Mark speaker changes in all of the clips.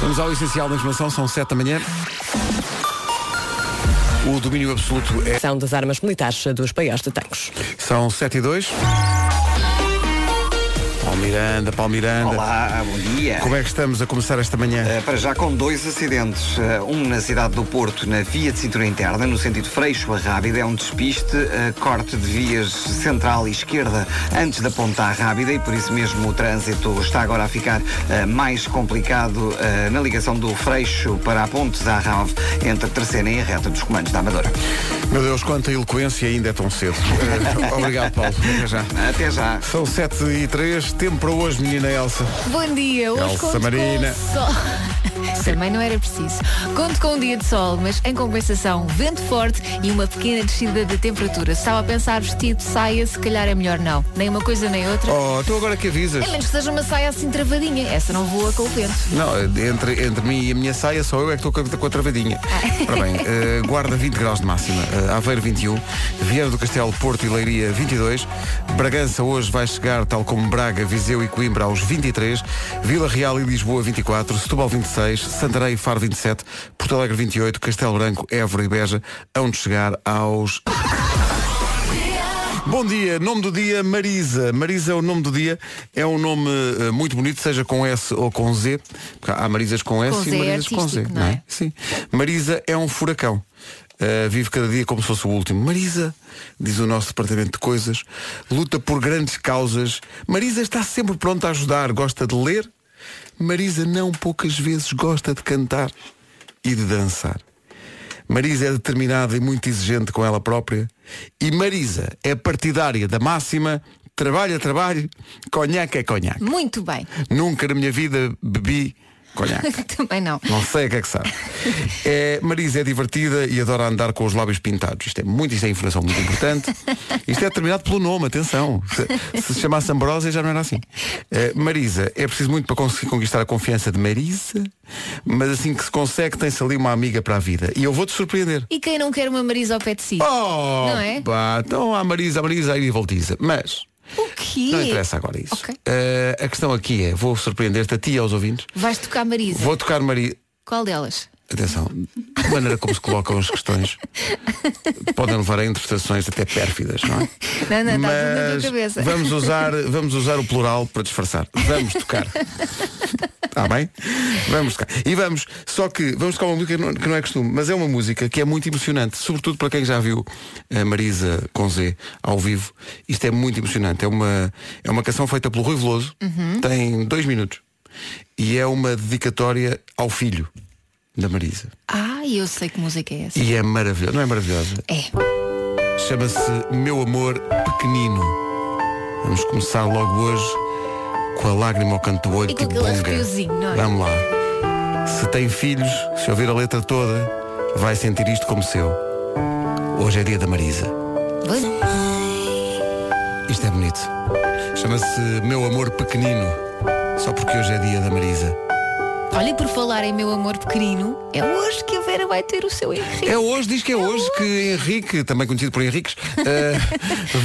Speaker 1: Vamos ao essencial da informação, são 7 da manhã. O domínio absoluto é.
Speaker 2: São das armas militares dos paióis de tanques.
Speaker 1: São 7 e 2. Palmiranda, Palmiranda.
Speaker 3: Olá, bom dia.
Speaker 1: Como é que estamos a começar esta manhã?
Speaker 3: Eh, para já com dois acidentes. Eh, um na cidade do Porto, na via de cintura interna, no sentido freixo a Rábida. É um despiste, eh, corte de vias central e esquerda antes da ponta à Rábida e por isso mesmo o trânsito está agora a ficar eh, mais complicado eh, na ligação do freixo para a ponte da Rave entre a terceira e a reta dos comandos da Amadora.
Speaker 1: Meu Deus, quanta eloquência ainda é tão cedo. Eh, Obrigado, Paulo. Até já.
Speaker 3: Até já.
Speaker 1: São 7 e 3. Tempo para hoje, menina Elsa.
Speaker 4: Bom dia, hoje
Speaker 1: Elsa
Speaker 4: conto
Speaker 1: Marina.
Speaker 4: com sol. Também não era preciso. Conto com um dia de sol, mas em compensação, vento forte e uma pequena descida de temperatura. Se Estava a pensar vestido, saia, se calhar é melhor não. Nem uma coisa nem outra.
Speaker 1: Oh, tu agora que avisas?
Speaker 4: A menos que seja uma saia assim travadinha. Essa não voa com o vento.
Speaker 1: Não, entre, entre mim e a minha saia só eu é que estou com, a- com a travadinha. Ora bem, eh, guarda 20 graus de máxima, eh, Aveiro 21, Vieira do Castelo, Porto e Leiria 22, Bragança hoje vai chegar, tal como Braga, Viseu e Coimbra, aos 23, Vila Real e Lisboa 24, Setúbal 26, Santarém e Faro 27, Porto Alegre 28, Castelo Branco, Évora e Beja, hão de chegar aos... Bom dia, nome do dia Marisa. Marisa é o nome do dia, é um nome eh, muito bonito, seja com S ou com Z, porque há Marisas com S
Speaker 4: Com
Speaker 1: e
Speaker 4: Z é
Speaker 1: Marisas com Z,
Speaker 4: artístico, não é?
Speaker 1: Sim. Marisa é um furacão. Eh, vive cada dia como se fosse o último. Marisa, diz o nosso departamento de coisas, luta por grandes causas. Marisa está sempre pronta a ajudar, gosta de ler. Marisa não poucas vezes gosta de cantar e de dançar. Marisa é determinada e muito exigente com ela própria. E Marisa é partidária da máxima, trabalho é trabalho, conhaque é conhaque.
Speaker 4: Muito bem.
Speaker 1: Nunca na minha vida bebi conhaque.
Speaker 4: Também não.
Speaker 1: Não sei o que é que sabe. É, Marisa é divertida e adora andar com os lábios pintados. Isto é muito, isto é informação muito importante. Isto é determinado pelo nome, atenção. Se se, se chamasse Ambrosia já não era assim. É, Marisa, é preciso muito para conseguir conquistar a confiança de Marisa, mas assim que se consegue tem-se ali uma amiga para a vida. E eu vou-te surpreender.
Speaker 4: E quem não quer uma Marisa ao pé de si?
Speaker 1: Oh,
Speaker 4: Não é?
Speaker 1: pá, então há Marisa, a Marisa aí voltiza. Mas
Speaker 4: O quê?
Speaker 1: não interessa agora isso.
Speaker 4: Ok.
Speaker 1: Eh, a questão aqui é, vou surpreender-te a ti e aos ouvintes.
Speaker 4: Vais tocar Marisa.
Speaker 1: Vou tocar Marisa.
Speaker 4: Qual delas?
Speaker 1: Atenção, a maneira como se colocam as questões podem levar a interpretações até pérfidas, não é?
Speaker 4: Não, não,
Speaker 1: Mas
Speaker 4: está tudo na tua um cabeça.
Speaker 1: vamos usar, vamos usar o plural para disfarçar. Vamos tocar. Está bem? Vamos tocar. E vamos, só que vamos tocar uma música que não- que não é costume, mas é uma música que é muito emocionante, sobretudo para quem já viu a Marisa com Z ao vivo. Isto é muito emocionante. É uma, é uma canção feita pelo Rui Veloso, tem dois minutos. E é uma dedicatória ao filho da Marisa.
Speaker 4: Ah, eu sei que música é essa.
Speaker 1: E é maravilhosa. Não é maravilhosa?
Speaker 4: É.
Speaker 1: Chama-se Meu Amor Pequenino. Vamos começar logo hoje com a lágrima ao canto do olho
Speaker 4: E com
Speaker 1: que
Speaker 4: aquele
Speaker 1: bunga.
Speaker 4: arrepiozinho, não é?
Speaker 1: Vamos lá. Se tem filhos, se ouvir a letra toda, vai sentir isto como seu. Hoje é dia da Marisa.
Speaker 4: Bom,
Speaker 1: Isto é bonito. Chama-se Meu Amor Pequenino. Só porque hoje é dia da Marisa.
Speaker 4: Olha, por falar em meu amor pequenino, é hoje que a Vera vai ter o seu Henrique.
Speaker 1: É hoje, diz que é hoje que Henrique, também conhecido por Henriques, eh,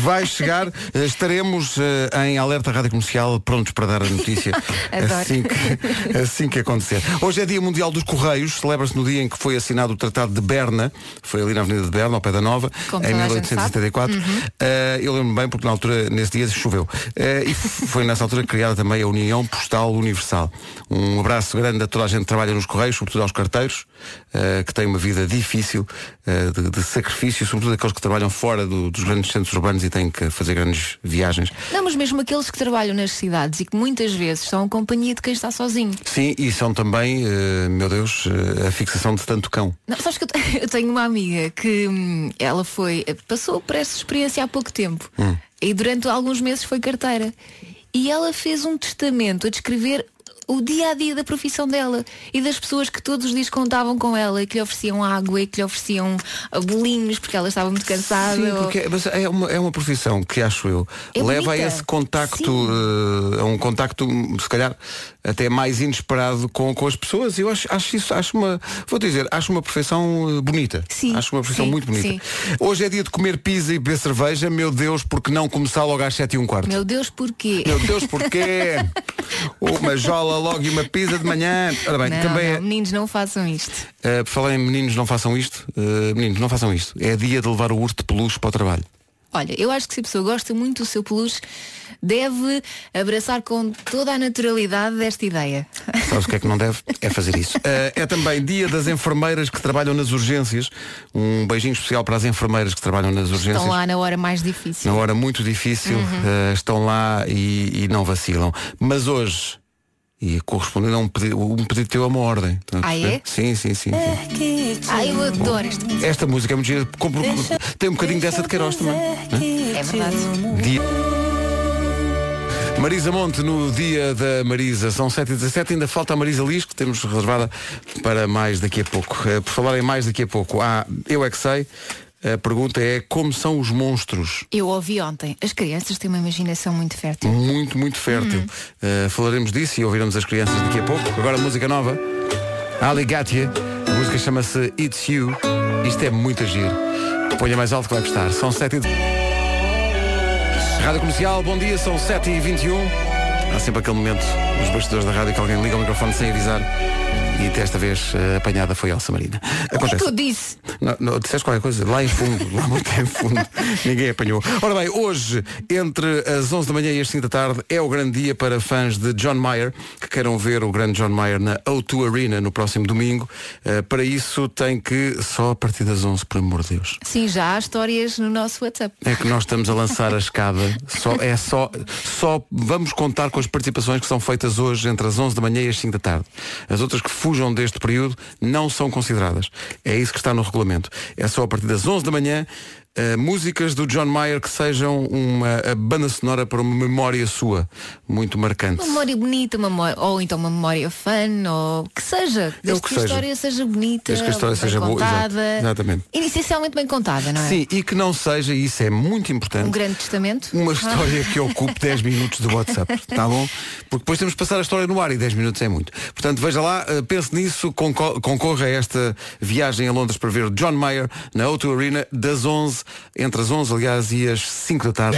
Speaker 1: vai chegar. Eh, Estaremos eh, em alerta rádio comercial prontos para dar a notícia
Speaker 4: Adoro.
Speaker 1: assim que, assim que acontecer. Hoje é Dia Mundial dos Correios, celebra-se no dia em que foi assinado o Tratado de Berna, foi ali na Avenida de Berna, ao pé da Nova,
Speaker 4: Como
Speaker 1: em
Speaker 4: toda a gente Uhum.
Speaker 1: 1874. Eh, eu lembro-me bem porque na altura, nesse dia, choveu. Eh, e foi nessa altura criada também a União Postal Universal. Um abraço grande a toda a gente que trabalha nos Correios, sobretudo aos carteiros, eh, que têm uma vida difícil, eh, de, de sacrifício, sobretudo aqueles que trabalham fora do- dos grandes centros urbanos e têm que fazer grandes viagens.
Speaker 4: Não, mas mesmo aqueles que trabalham nas cidades e que muitas vezes são a companhia de quem está sozinho.
Speaker 1: Sim, e são também, eh, meu Deus, eh, a fixação de tanto cão.
Speaker 4: Não, sabes que eu, te- eu tenho uma amiga que hum, ela foi, passou por essa experiência há pouco tempo
Speaker 1: Hum.
Speaker 4: e durante alguns meses foi carteira. E ela fez um testamento a descrever o dia a dia da profissão dela e das pessoas que todos os dias contavam com ela e que lhe ofereciam água e que lhe ofereciam ah, bolinhos porque ela estava muito cansada.
Speaker 1: Sim,
Speaker 4: ou-
Speaker 1: porque é- mas é, uma, é uma profissão que acho eu.
Speaker 4: É
Speaker 1: leva a
Speaker 4: bonita.
Speaker 1: esse contacto,
Speaker 4: Sim.
Speaker 1: eh, a um contacto, hum, se calhar, até mais inesperado com, com as pessoas. Eu acho, acho isso, acho uma, vou dizer, acho uma profissão eh, bonita.
Speaker 4: Sim,
Speaker 1: Acho uma profissão
Speaker 4: sim,
Speaker 1: muito bonita.
Speaker 4: sim.
Speaker 1: Hoje é dia de comer pizza e beber cerveja, meu Deus, porque não começar logo às 7 e um quarto?
Speaker 4: Meu Deus, porquê?
Speaker 1: Meu Deus, porquê? Uma jola logo e uma pizza de manhã. Ora bem,
Speaker 4: Não,
Speaker 1: também é-
Speaker 4: não, meninos, não façam isto.
Speaker 1: Uh, por falar em meninos, não façam isto. Uh, meninos, não façam isto. É dia de levar o urso de peluche para o trabalho.
Speaker 4: Olha, eu acho que se a pessoa gosta muito do seu peluche, deve abraçar com toda a naturalidade desta ideia.
Speaker 1: Sabes o que é que não deve? É fazer isso. Uh, é também dia das enfermeiras que trabalham nas urgências. Um beijinho especial para as enfermeiras que trabalham nas urgências.
Speaker 4: Estão lá Uhum. na hora mais difícil.
Speaker 1: Na hora muito difícil, uh, estão lá e, e não vacilam. Mas hoje, e correspondendo a um pedido, um pedido teu a uma ordem. Estás a
Speaker 4: Ah,
Speaker 1: perceber?
Speaker 4: é?
Speaker 1: Sim, sim, sim. sim.
Speaker 4: Ah, eu adoro esta música.
Speaker 1: Esta música é muito gira. Compro- Tem um bocadinho dessa de Queiroz também. né?
Speaker 4: É verdade.
Speaker 1: Dia- Marisa Monte no dia da Marisa. São 7h17, ainda falta a Marisa Lis, que temos reservada para mais daqui a pouco. Eh, Por falar em mais daqui a pouco, há Eu É Que Sei. A pergunta é como são os monstros?
Speaker 4: Eu ouvi ontem. As crianças têm uma imaginação muito fértil.
Speaker 1: Muito, muito fértil. Eh, falaremos disso e ouviremos as crianças daqui a pouco. Agora música nova. Ali Gatia. A música chama-se It's You. Isto é muito agir. Ponha mais alto que vai gostar. São 7 e... Rádio Comercial, bom dia, são 7h21. Há sempre aquele momento nos bastidores da rádio que alguém liga o microfone sem avisar. E desta vez eh, a apanhada foi Elsa Marina.
Speaker 4: O que é
Speaker 1: Acontece.
Speaker 4: que eu disse?
Speaker 1: Não, não, disseste qualquer coisa? Lá em fundo, lá muito em fundo. Ninguém apanhou. Ora bem, hoje, entre as 11 da manhã e as 5 da tarde, é o grande dia para fãs de John Mayer, que queiram ver o grande John Mayer na O2 Arena no próximo domingo. Eh, para isso, tem que, só a partir das 11, por amor de Deus.
Speaker 4: Sim, já há histórias no nosso WhatsApp.
Speaker 1: É que nós estamos a lançar a escada. Só, é só, só vamos contar com as participações que são feitas hoje entre as 11 da manhã e as 5 da tarde. As outras que fujam deste período não são consideradas. É isso que está no regulamento. É só a partir das 11 da manhã eh, músicas do John Mayer que sejam uma a banda sonora para uma memória sua muito marcante.
Speaker 4: Uma memória bonita, uma memória, ou então uma memória fã, ou que seja.
Speaker 1: É o
Speaker 4: Desde
Speaker 1: que
Speaker 4: que,
Speaker 1: seja.
Speaker 4: a história seja bonita,
Speaker 1: Desde que a história
Speaker 4: bem
Speaker 1: seja boa, exato.
Speaker 4: contada.
Speaker 1: Exatamente.
Speaker 4: Inicialmente bem contada, não é?
Speaker 1: Sim, e que não seja, e isso é muito importante.
Speaker 4: Um grande testamento.
Speaker 1: uma
Speaker 4: Ah,
Speaker 1: história que ocupe 10 minutos do WhatsApp, tá bom? Porque depois temos de passar a história no ar e 10 minutos é muito. Portanto, veja lá, eh, pense nisso, conco- concorra a esta viagem a Londres para ver John Mayer na O2 Arena das 11, entre as 11, aliás, e as 5 da tarde.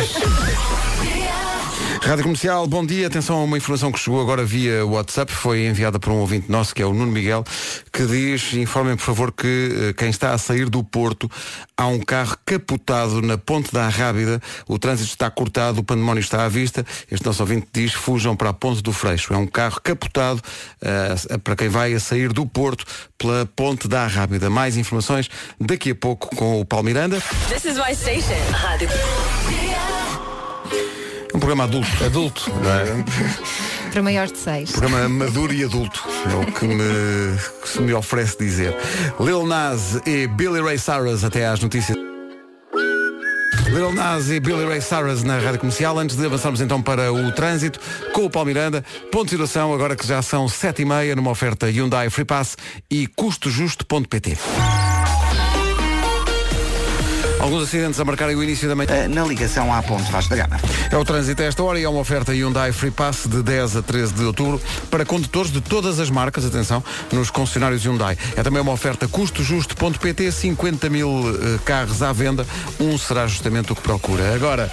Speaker 1: Rádio Comercial, bom dia. Atenção a uma informação que chegou agora via WhatsApp, foi enviada por um ouvinte nosso, que é o Nuno Miguel, que diz, informem por favor que eh, quem está a sair do Porto, há um carro capotado na ponte da Rábida, o trânsito está cortado, o pandemónio está à vista. Este nosso ouvinte diz, fujam para a ponte do Freixo. É um carro capotado eh, para quem vai a sair do Porto pela ponte da Rábida. Mais informações daqui a pouco com o Paulo Miranda.
Speaker 5: This is my station. Rádio.
Speaker 1: Um programa adulto, adulto, não é?
Speaker 4: Para maiores de seis.
Speaker 1: Programa maduro e adulto é o que, me, que se me oferece dizer. Lil Nas e Billy Ray Cyrus até às notícias. Lil Nas e Billy Ray Cyrus na rádio comercial. Antes de avançarmos então para o trânsito com o Paulo Miranda, ponto de situação agora que já são 7h30 numa oferta Hyundai Free Pass e custojusto.pt. Alguns acidentes a marcarem o início da manhã.
Speaker 3: Eh, na ligação à Ponte Vaz da Gama.
Speaker 1: É o trânsito a esta hora e é uma oferta Hyundai Free Pass de 10 a 13 de outubro para condutores de todas as marcas, atenção, nos concessionários Hyundai. É também uma oferta custojusto.pt, 50 mil eh, carros à venda, um será justamente o que procura. Agora,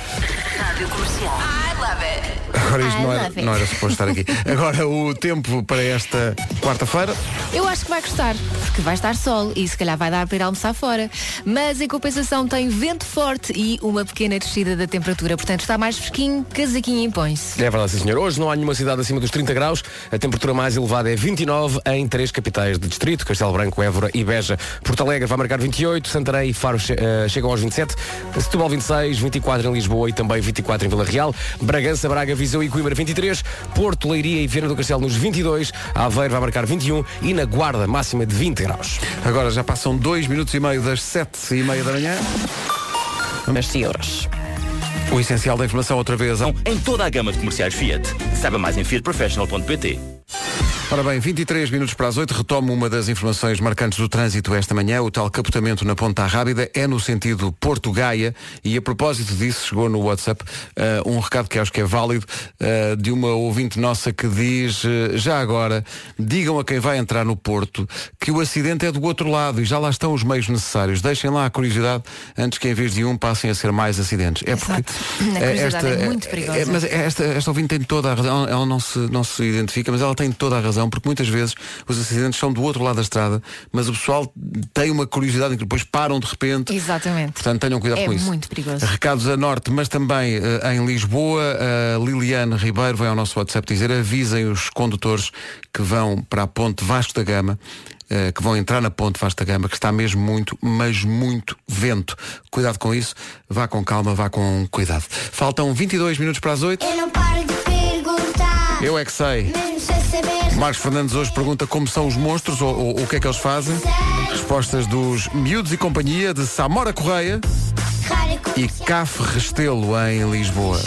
Speaker 5: Rádio Comercial. I love it.
Speaker 1: agora isto
Speaker 4: I
Speaker 1: não era,
Speaker 4: love it.
Speaker 1: não era suposto estar aqui. Agora o tempo para esta quarta-feira.
Speaker 4: Eu acho que vai gostar, porque vai estar sol e se calhar vai dar para ir almoçar fora. Mas em compensação tem vento forte e uma pequena descida da temperatura. Portanto está mais fresquinho, casaquinho impõe-se.
Speaker 6: É verdade, sim senhor. Hoje não há nenhuma cidade acima dos 30 graus. A temperatura mais elevada é 29 em três capitais de distrito, Castelo Branco, Évora e Beja. Porto Alegre vai marcar 28, Santarém e Faro che- eh, chegam aos 27, Setúbal 26, 24 em Lisboa e também 24 em Vila Real, Bragança, Braga, Viseu e Coimbra 23, Porto, Leiria e Viana do Castelo nos 22, Aveiro vai marcar 21 e na Guarda máxima de 20 graus.
Speaker 1: Agora já passam dois minutos e meio das sete e meia da manhã.
Speaker 2: Mas euros.
Speaker 1: O essencial da informação outra vez.
Speaker 7: em toda a gama de comerciais Fiat. Saiba mais em fiatprofessional.pt.
Speaker 1: Ora bem, 23 minutos para as 8, retomo uma das informações marcantes do trânsito esta manhã. O tal capotamento na Ponta Rábida é no sentido Porto-Gaia e a propósito disso chegou no WhatsApp eh, um recado que acho que é válido eh, de uma ouvinte nossa que diz eh, já agora, digam a quem vai entrar no Porto que o acidente é do outro lado e já lá estão os meios necessários. Deixem lá a curiosidade antes que em vez de um passem a ser mais acidentes. É
Speaker 4: Exato. A curiosidade é muito perigosa.
Speaker 1: é- mas esta, esta ouvinte tem toda a razão, ela não se, não se identifica, mas ela tem toda a razão, porque muitas vezes os acidentes são do outro lado da estrada, mas o pessoal tem uma curiosidade em que depois param de repente.
Speaker 4: Exatamente.
Speaker 1: Portanto, tenham cuidado
Speaker 4: É
Speaker 1: com isso.
Speaker 4: muito perigoso.
Speaker 1: Recados a norte, mas também eh, em Lisboa, a Liliane Ribeiro vem ao nosso WhatsApp dizer avisem os condutores que vão para a ponte Vasco da Gama, eh, que vão entrar na ponte Vasco da Gama, que está mesmo muito, mas muito vento. Cuidado com isso, vá com calma, vá com cuidado. Faltam 22 minutos para as 8.
Speaker 7: Eu não paro de perguntar,
Speaker 1: Eu é que sei.
Speaker 7: mesmo sem saber.
Speaker 1: Marcos Fernandes hoje pergunta como são os monstros ou, ou- o que é que eles fazem. Respostas dos Miúdos e Companhia de Samora Correia
Speaker 7: Rara
Speaker 1: e
Speaker 7: comercial.
Speaker 1: CAF Restelo em Lisboa.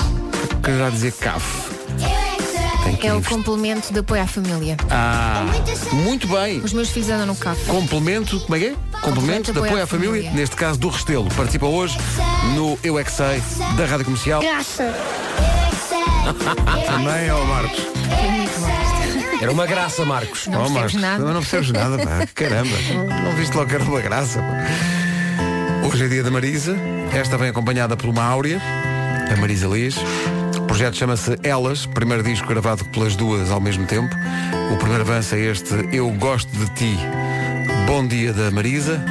Speaker 1: Queria dizer CAF.
Speaker 7: Eu é que sei.
Speaker 4: É o complemento de apoio à família.
Speaker 1: Ah,
Speaker 7: Muita saúde.
Speaker 1: muito bem.
Speaker 4: Os meus filhos andam no carro.
Speaker 1: Complemento, como é que é? Complemento de apoio à família, neste caso do Restelo. Participa hoje no Eu é que sei da Rádio Comercial.
Speaker 7: Graça. Eu é que sei.
Speaker 1: Também ao Marcos.
Speaker 7: Eu é que sei.
Speaker 6: Era uma graça, Marcos.
Speaker 4: Não
Speaker 1: Oh,
Speaker 4: percebes
Speaker 1: Marcos,
Speaker 4: nada.
Speaker 1: Não percebes nada, pá. Caramba. Não viste logo que era uma graça. pá. Hoje é dia da Marisa. Esta vem acompanhada por uma áurea, a Marisa Liz. O projeto chama-se Elas, primeiro disco gravado pelas duas ao mesmo tempo. O primeiro avanço é este Eu Gosto de Ti. Bom dia da Marisa.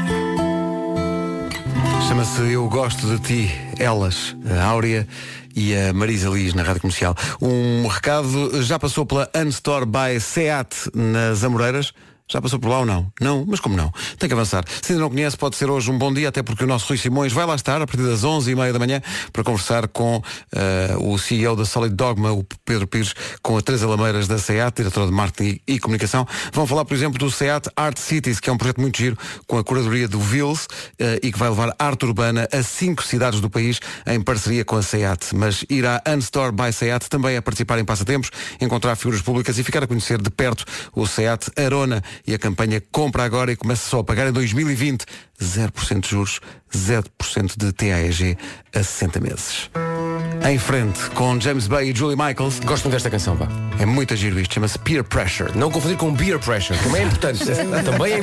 Speaker 1: Chama-se Eu Gosto de Ti, Elas, a Áurea e a Marisa Liz na Rádio Comercial. Um recado, já passou pela Unstore by Seat nas Amoreiras? Já passou por lá ou não? Não, mas como não? Tem que avançar. Se ainda não conhece, pode ser hoje um bom dia, até porque o nosso Rui Simões vai lá estar a partir das 11h30 da manhã para conversar com eh, o CEO da Solid Dogma, o Pedro Pires, com a Teresa Lameiras da SEAT, diretora de Marketing e Comunicação. Vão falar, por exemplo, do SEAT Art Cities, que é um projeto muito giro com a curadoria do Vils eh, e que vai levar arte urbana a cinco cidades do país em parceria com a SEAT. Mas ir à Unstore by SEAT também é participar em passatempos, encontrar figuras públicas e ficar a conhecer de perto o SEAT Arona e a campanha Compra Agora e começa só a pagar em 2020 0% de juros, 0% de TAEG a 60 meses. Em frente com James Bay e Julie Michaels.
Speaker 6: Gosto muito desta canção, pá.
Speaker 1: É muito giro isto, chama-se Peer Pressure.
Speaker 6: Não confundir com beer pressure. Também é importante. Também é...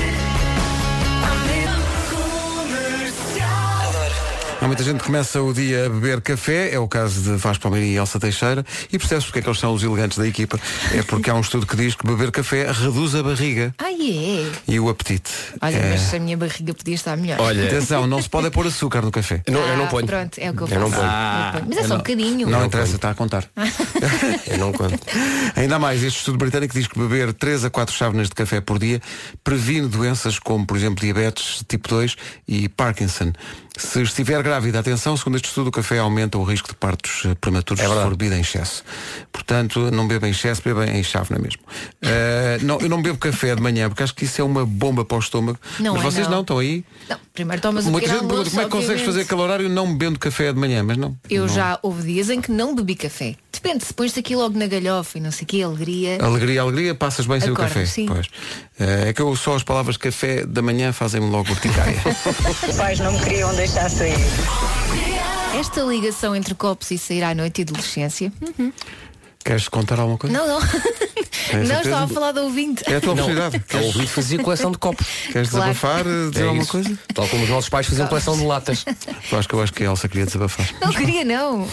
Speaker 1: Há muita gente que começa o dia a beber café, é o caso de Vasco Palmeirinho e Elsa Teixeira, e percebe-se porque é que eles são os elegantes da equipa. É porque há um estudo que diz que beber café reduz a barriga
Speaker 4: Ai é.
Speaker 1: e o apetite.
Speaker 4: Olha,
Speaker 1: É.
Speaker 4: mas se a minha barriga podia estar melhor.
Speaker 6: Olha,
Speaker 1: Atenção, não se pode é pôr açúcar no café.
Speaker 6: não, eu não
Speaker 4: Ah,
Speaker 6: ponho.
Speaker 4: Pronto, é o que eu faço.
Speaker 6: Eu não ponho.
Speaker 4: Eu ponho. Mas é só um bocadinho. Ah.
Speaker 1: Não interessa, está a contar.
Speaker 6: Eu não conto.
Speaker 1: Ainda mais, este estudo britânico diz que beber 3 a 4 chávenas de café por dia previne doenças como, por exemplo, diabetes tipo 2 e Parkinson. Se estiver grávida, atenção, segundo este estudo, o café aumenta o risco de partos eh,
Speaker 6: É
Speaker 1: prematuros se for bebida em excesso. Portanto, não beba em excesso, beba em chávena mesmo. Eh, não, eu não bebo café de manhã, porque acho que isso é uma bomba para o estômago.
Speaker 4: Não
Speaker 1: Mas
Speaker 4: é,
Speaker 1: vocês
Speaker 4: não.
Speaker 1: não, estão aí.
Speaker 4: Não, primeiro tomas um
Speaker 1: Muita gente
Speaker 4: pequeno
Speaker 1: pergunta
Speaker 4: almoço,
Speaker 1: como é que consegues fazer
Speaker 4: obviamente.
Speaker 1: aquele horário não bebendo café de manhã, mas não.
Speaker 4: Eu
Speaker 1: Não.
Speaker 4: já houve dias em que não bebi café. Depende, se pões-te aqui logo na galhofa e não sei o que, alegria.
Speaker 1: Alegria, alegria, passas bem sem o
Speaker 4: Acordo,
Speaker 1: café.
Speaker 4: sim.
Speaker 1: Pois. Eh, é que eu só as palavras café da manhã fazem-me logo urticária.
Speaker 5: Os pais não me queriam deixar sair.
Speaker 1: Ah.
Speaker 4: Esta ligação entre copos e sair à noite e adolescência. Hum,
Speaker 1: Queres contar alguma coisa?
Speaker 4: Não, não. não
Speaker 1: É, certeza?
Speaker 4: estava a falar do ouvinte.
Speaker 1: É a tua oportunidade.
Speaker 6: Não, eu
Speaker 1: Queres,
Speaker 6: ouvi fazia coleção de copos.
Speaker 1: queres
Speaker 4: Claro.
Speaker 1: desabafar, eh, dizer
Speaker 6: É
Speaker 1: alguma
Speaker 6: isso.
Speaker 1: coisa?
Speaker 6: Tal como os nossos pais faziam coleção de latas.
Speaker 1: Eu acho que eu acho que a Elsa queria desabafar.
Speaker 4: Não queria, não.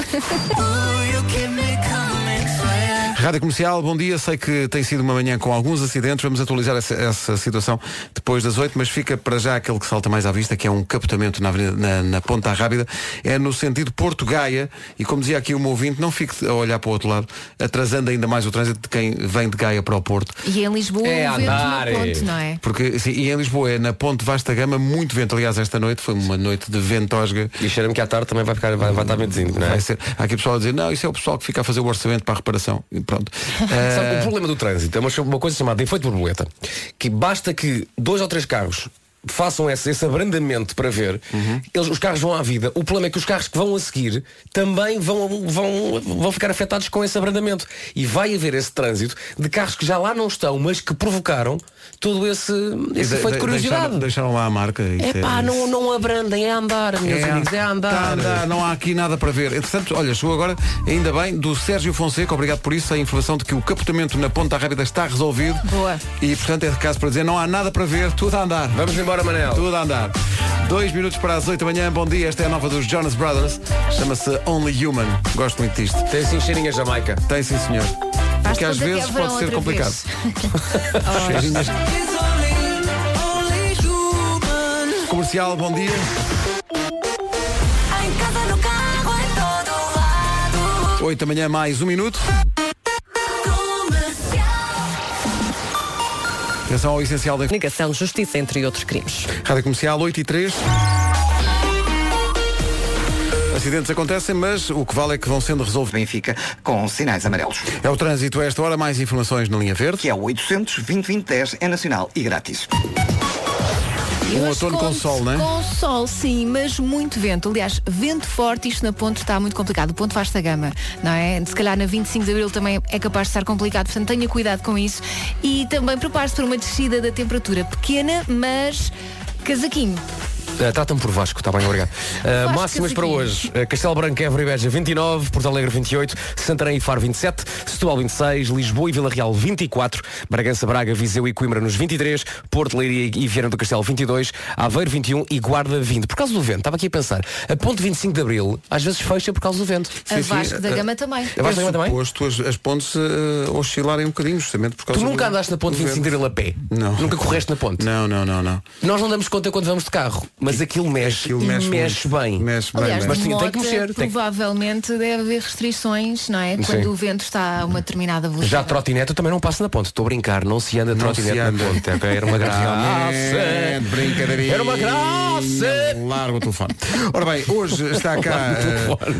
Speaker 1: Rádio Comercial, bom dia. Sei que tem sido uma manhã com alguns acidentes. Vamos atualizar essa, essa situação depois das oito, mas fica para já aquele que salta mais à vista, que é um captamento na, avenida- na, na Ponta Rábida. É no sentido Porto-Gaia. E como dizia aqui o meu ouvinte, não fique a olhar para o outro lado, atrasando ainda mais o trânsito de quem vem de Gaia para o Porto.
Speaker 4: E em Lisboa
Speaker 6: É
Speaker 4: o vento na
Speaker 6: andar, é.
Speaker 4: ponte, não é?
Speaker 1: Porque, sim, e em Lisboa é na Ponte Vasta Gama, muito vento. Aliás, esta noite foi uma noite de ventosga.
Speaker 6: E cheira-me que à tarde também vai, ficar, vai, vai estar ventozinho, não é?
Speaker 1: Vai ser- Há aqui pessoal a dizer, não, isso é o pessoal que fica a fazer o orçamento para a reparação. E pronto. Eh,
Speaker 6: Sabe, o problema do trânsito é uma, uma coisa chamada efeito borboleta, que basta que dois ou três carros façam esse, esse abrandamento para ver, eles, os carros vão à vida. O problema é que os carros que vão a seguir também vão, vão, vão ficar afetados com esse abrandamento. E vai haver esse trânsito de carros que já lá não estão, mas que provocaram todo esse, esse
Speaker 1: De-
Speaker 6: efeito
Speaker 1: de-
Speaker 6: de curiosidade.
Speaker 1: Deixaram, deixaram lá a marca. Isso
Speaker 6: É pá, não, não abrandem, é andar, meus amigos, é
Speaker 1: tá a
Speaker 6: andar.
Speaker 1: andar, não há aqui nada para ver. Entretanto, olha, chegou agora, ainda bem, do Sérgio Fonseca, obrigado por isso, a informação de que o capotamento na Ponta Rábida está resolvido.
Speaker 4: Boa.
Speaker 1: E, portanto, é de caso para dizer, não há nada para ver, tudo a andar.
Speaker 6: Vamos embora, Manel.
Speaker 1: Tudo a andar. Dois minutos para as oito da manhã, bom dia, esta é a nova dos Jonas Brothers, chama-se Only Human. Gosto muito disto.
Speaker 6: Tem assim cheirinho a Jamaica.
Speaker 1: Tem sim, senhor.
Speaker 4: Faz
Speaker 1: Porque às
Speaker 4: conta que é
Speaker 1: vezes
Speaker 4: verão
Speaker 1: pode ser
Speaker 4: outra
Speaker 1: complicado.
Speaker 4: vez.
Speaker 6: Oh.
Speaker 1: Cheirinhas. Comercial, bom dia.
Speaker 7: Em casa, no carro, em todo lado.
Speaker 1: 8 da manhã, mais um minuto. Atenção ao essencial da
Speaker 2: Negação de justiça, entre outros crimes.
Speaker 1: Rádio Comercial 8 e 3. Acidentes acontecem, mas o que vale é que vão sendo resolvidos.
Speaker 3: Benfica com sinais amarelos.
Speaker 1: É o trânsito a esta hora, mais informações na linha verde.
Speaker 3: Que é o 800 2010 é nacional e grátis.
Speaker 4: Eu
Speaker 1: Um
Speaker 4: acho
Speaker 1: outono com sol, não é?
Speaker 4: Com sol, sim, mas muito vento. Aliás, vento forte, isto na ponte está muito complicado. O ponto vasta gama, não é? Se calhar na 25 de Abril também é capaz de estar complicado, portanto tenha cuidado com isso. E também prepare-se para uma descida da temperatura pequena, mas casaquinho.
Speaker 6: Uh, Trata-me por Vasco, está bem, obrigado. Uh,
Speaker 4: Vasco,
Speaker 6: máximas
Speaker 4: esse
Speaker 6: para
Speaker 4: aqui.
Speaker 6: hoje. Uh, Castelo Branco, Évora e Beja 29, Porto Alegre 28, Santarém e Faro 27, Setúbal 26, Lisboa e Vila Real 24, Bragança, Braga, Viseu e Coimbra nos 23, Porto, Leiria e Viana do Castelo 22, Aveiro 21 e Guarda 20. Por causa do vento, estava aqui a pensar, a ponte 25 de Abril às vezes fecha por causa do vento.
Speaker 4: a Vasco da Gama também.
Speaker 6: Vasco da
Speaker 1: É
Speaker 6: Gama também?
Speaker 1: suposto as, as pontes eh, oscilarem um bocadinho, justamente por causa
Speaker 6: Tu
Speaker 1: do-
Speaker 6: nunca andaste na ponte
Speaker 1: do
Speaker 6: 25 de
Speaker 1: vento.
Speaker 6: Abril a pé?
Speaker 1: Não.
Speaker 6: Nunca correste na ponte?
Speaker 1: Não, não, não, não.
Speaker 6: Nós não damos conta quando vamos de carro, mas aquilo mexe
Speaker 1: Aquilo
Speaker 6: e
Speaker 1: mexe
Speaker 6: mexe,
Speaker 1: muito.
Speaker 6: bem.
Speaker 1: Mexe bem,
Speaker 4: Aliás,
Speaker 1: mexe.
Speaker 4: mas
Speaker 6: Mas sim, tem
Speaker 4: moto,
Speaker 6: que mexer, tem que-
Speaker 4: provavelmente deve haver restrições, não é? Quando o vento está a uma determinada
Speaker 6: Já
Speaker 4: velocidade.
Speaker 6: trotinete eu também não passo na ponte. Estou a brincar, não se anda
Speaker 1: Não se
Speaker 6: trotinete na
Speaker 1: anda.
Speaker 6: ponte. ok? Era uma
Speaker 1: Realmente,
Speaker 6: graça.
Speaker 1: Brincadeirinha.
Speaker 6: Era uma graça.
Speaker 1: Larga o telefone. Ora bem, hoje está cá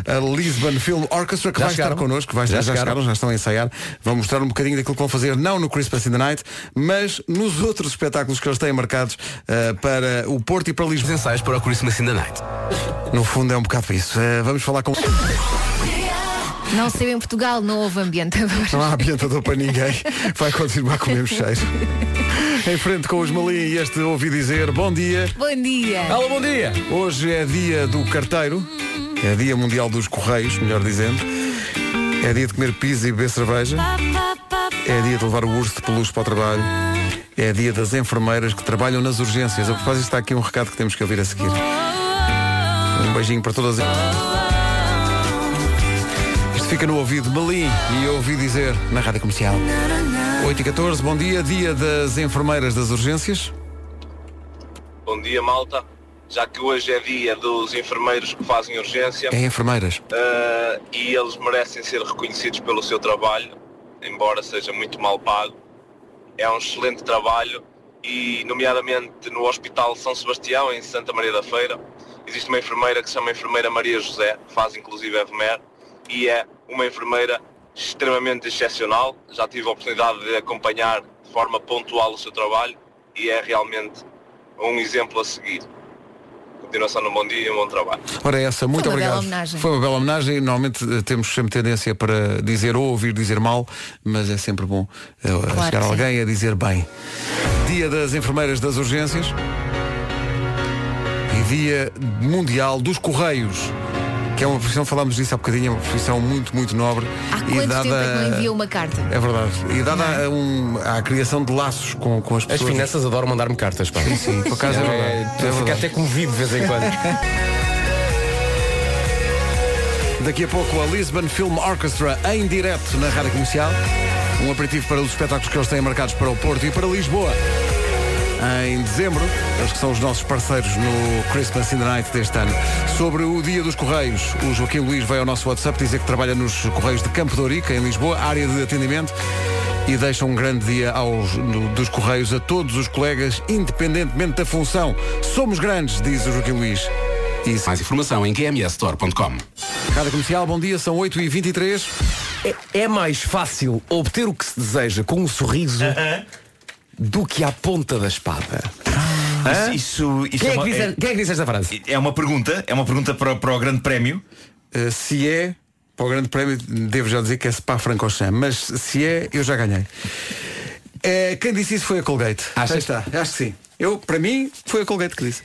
Speaker 1: eh, a Lisbon Film Orchestra que
Speaker 6: Já
Speaker 1: vai
Speaker 6: chegaram?
Speaker 1: estar connosco. Vai,
Speaker 6: Já
Speaker 1: já,
Speaker 6: chegaram?
Speaker 1: chegaram, já estão a ensaiar. Vão mostrar um bocadinho daquilo que vão fazer, não no Christmas in the Night, mas nos outros espetáculos que eles têm marcados eh, para o Porto e para Lisboa.
Speaker 8: Ensaios para o Christmas in the Night.
Speaker 1: No fundo é um bocado isso. Eh, vamos falar com.
Speaker 4: Não sei, em Portugal não houve ambiente
Speaker 1: Não
Speaker 4: agora.
Speaker 1: há ambientador para ninguém. Vai continuar com o mesmo cheiro. Em frente com os Malim e este ouvi dizer bom dia.
Speaker 4: Bom dia!
Speaker 6: Alô, bom dia.
Speaker 1: Hoje é dia do carteiro, é dia mundial dos correios, melhor dizendo. É dia de comer pizza e beber cerveja. É dia de levar o urso de peluche para o trabalho. É dia das enfermeiras que trabalham nas urgências. A propósito, está aqui um recado que temos que ouvir a seguir. Um beijinho para todas. Isto fica no ouvido de Melim e eu ouvi dizer na rádio comercial. 8 e 14 bom dia, dia das enfermeiras das urgências.
Speaker 9: Bom dia, malta. Já que hoje é dia dos enfermeiros que fazem urgência
Speaker 1: É enfermeiras.
Speaker 9: eh, e eles merecem ser reconhecidos pelo seu trabalho, embora seja muito mal pago. É um excelente trabalho e, nomeadamente, no Hospital São Sebastião, em Santa Maria da Feira, existe uma enfermeira que se chama Enfermeira Maria José, que faz inclusive EVMER, e é uma enfermeira extremamente excepcional. Já tive a oportunidade de acompanhar de forma pontual o seu trabalho e é realmente um exemplo a seguir. Continuação de um bom dia e um bom trabalho.
Speaker 1: Ora, essa, muito
Speaker 4: Foi uma
Speaker 1: obrigado.
Speaker 4: bela homenagem.
Speaker 1: Foi uma bela homenagem. Normalmente eh, temos sempre tendência para dizer ou ouvir dizer mal, mas é sempre bom eh, chegar
Speaker 4: que sim.
Speaker 1: alguém a dizer bem. Dia das enfermeiras das urgências e Dia Mundial dos Correios. Que é uma profissão, falámos disso há bocadinho, é uma profissão muito, muito nobre.
Speaker 4: Há
Speaker 1: e
Speaker 4: quanto
Speaker 1: dada...
Speaker 4: tempo é que não enviou é? uma carta?
Speaker 1: É verdade. E dada a, um, à criação de laços com, com as
Speaker 6: As
Speaker 1: pessoas.
Speaker 6: finanças adoram mandar-me cartas, pá.
Speaker 1: Sim, por acaso é,
Speaker 6: É,
Speaker 1: verdade. É
Speaker 6: eu fico
Speaker 1: verdade.
Speaker 6: até comovido de vez em quando.
Speaker 1: Daqui a pouco a Lisbon Film Orchestra em direto na Rádio Comercial. Um aperitivo para os espetáculos que eles têm marcados para o Porto e para Lisboa. Em dezembro, eles que são os nossos parceiros no Christmas in the Night deste ano. Sobre o Dia dos Correios, o Joaquim Luís veio ao nosso WhatsApp dizer que trabalha nos Correios de Campo de Ourique, em Lisboa, área de atendimento, e deixa um grande dia aos, no- dos Correios a todos os colegas, independentemente da função. Somos grandes, diz o Joaquim Luís. Isso.
Speaker 8: Mais informação em qmsstore.com.
Speaker 1: Rádio Comercial, bom dia, são 8h23.
Speaker 6: É, é mais fácil obter o que se deseja com um sorriso do que à ponta da espada.
Speaker 10: Isso, isso, isso
Speaker 6: Quem é,
Speaker 10: é,
Speaker 6: que
Speaker 10: uma,
Speaker 6: disse, quem é que disse esta frase?
Speaker 10: é- é uma pergunta, é uma pergunta para, o- para o Grande Prémio.
Speaker 1: Uh, se é, para o grande prémio, devo já dizer que é Spa-Francorchamps, mas se é, eu já ganhei. Eh, quem disse isso foi a Colgate.
Speaker 6: Achas?
Speaker 1: Aí está, acho que sim. Eu, para mim, foi a Colgate que disse.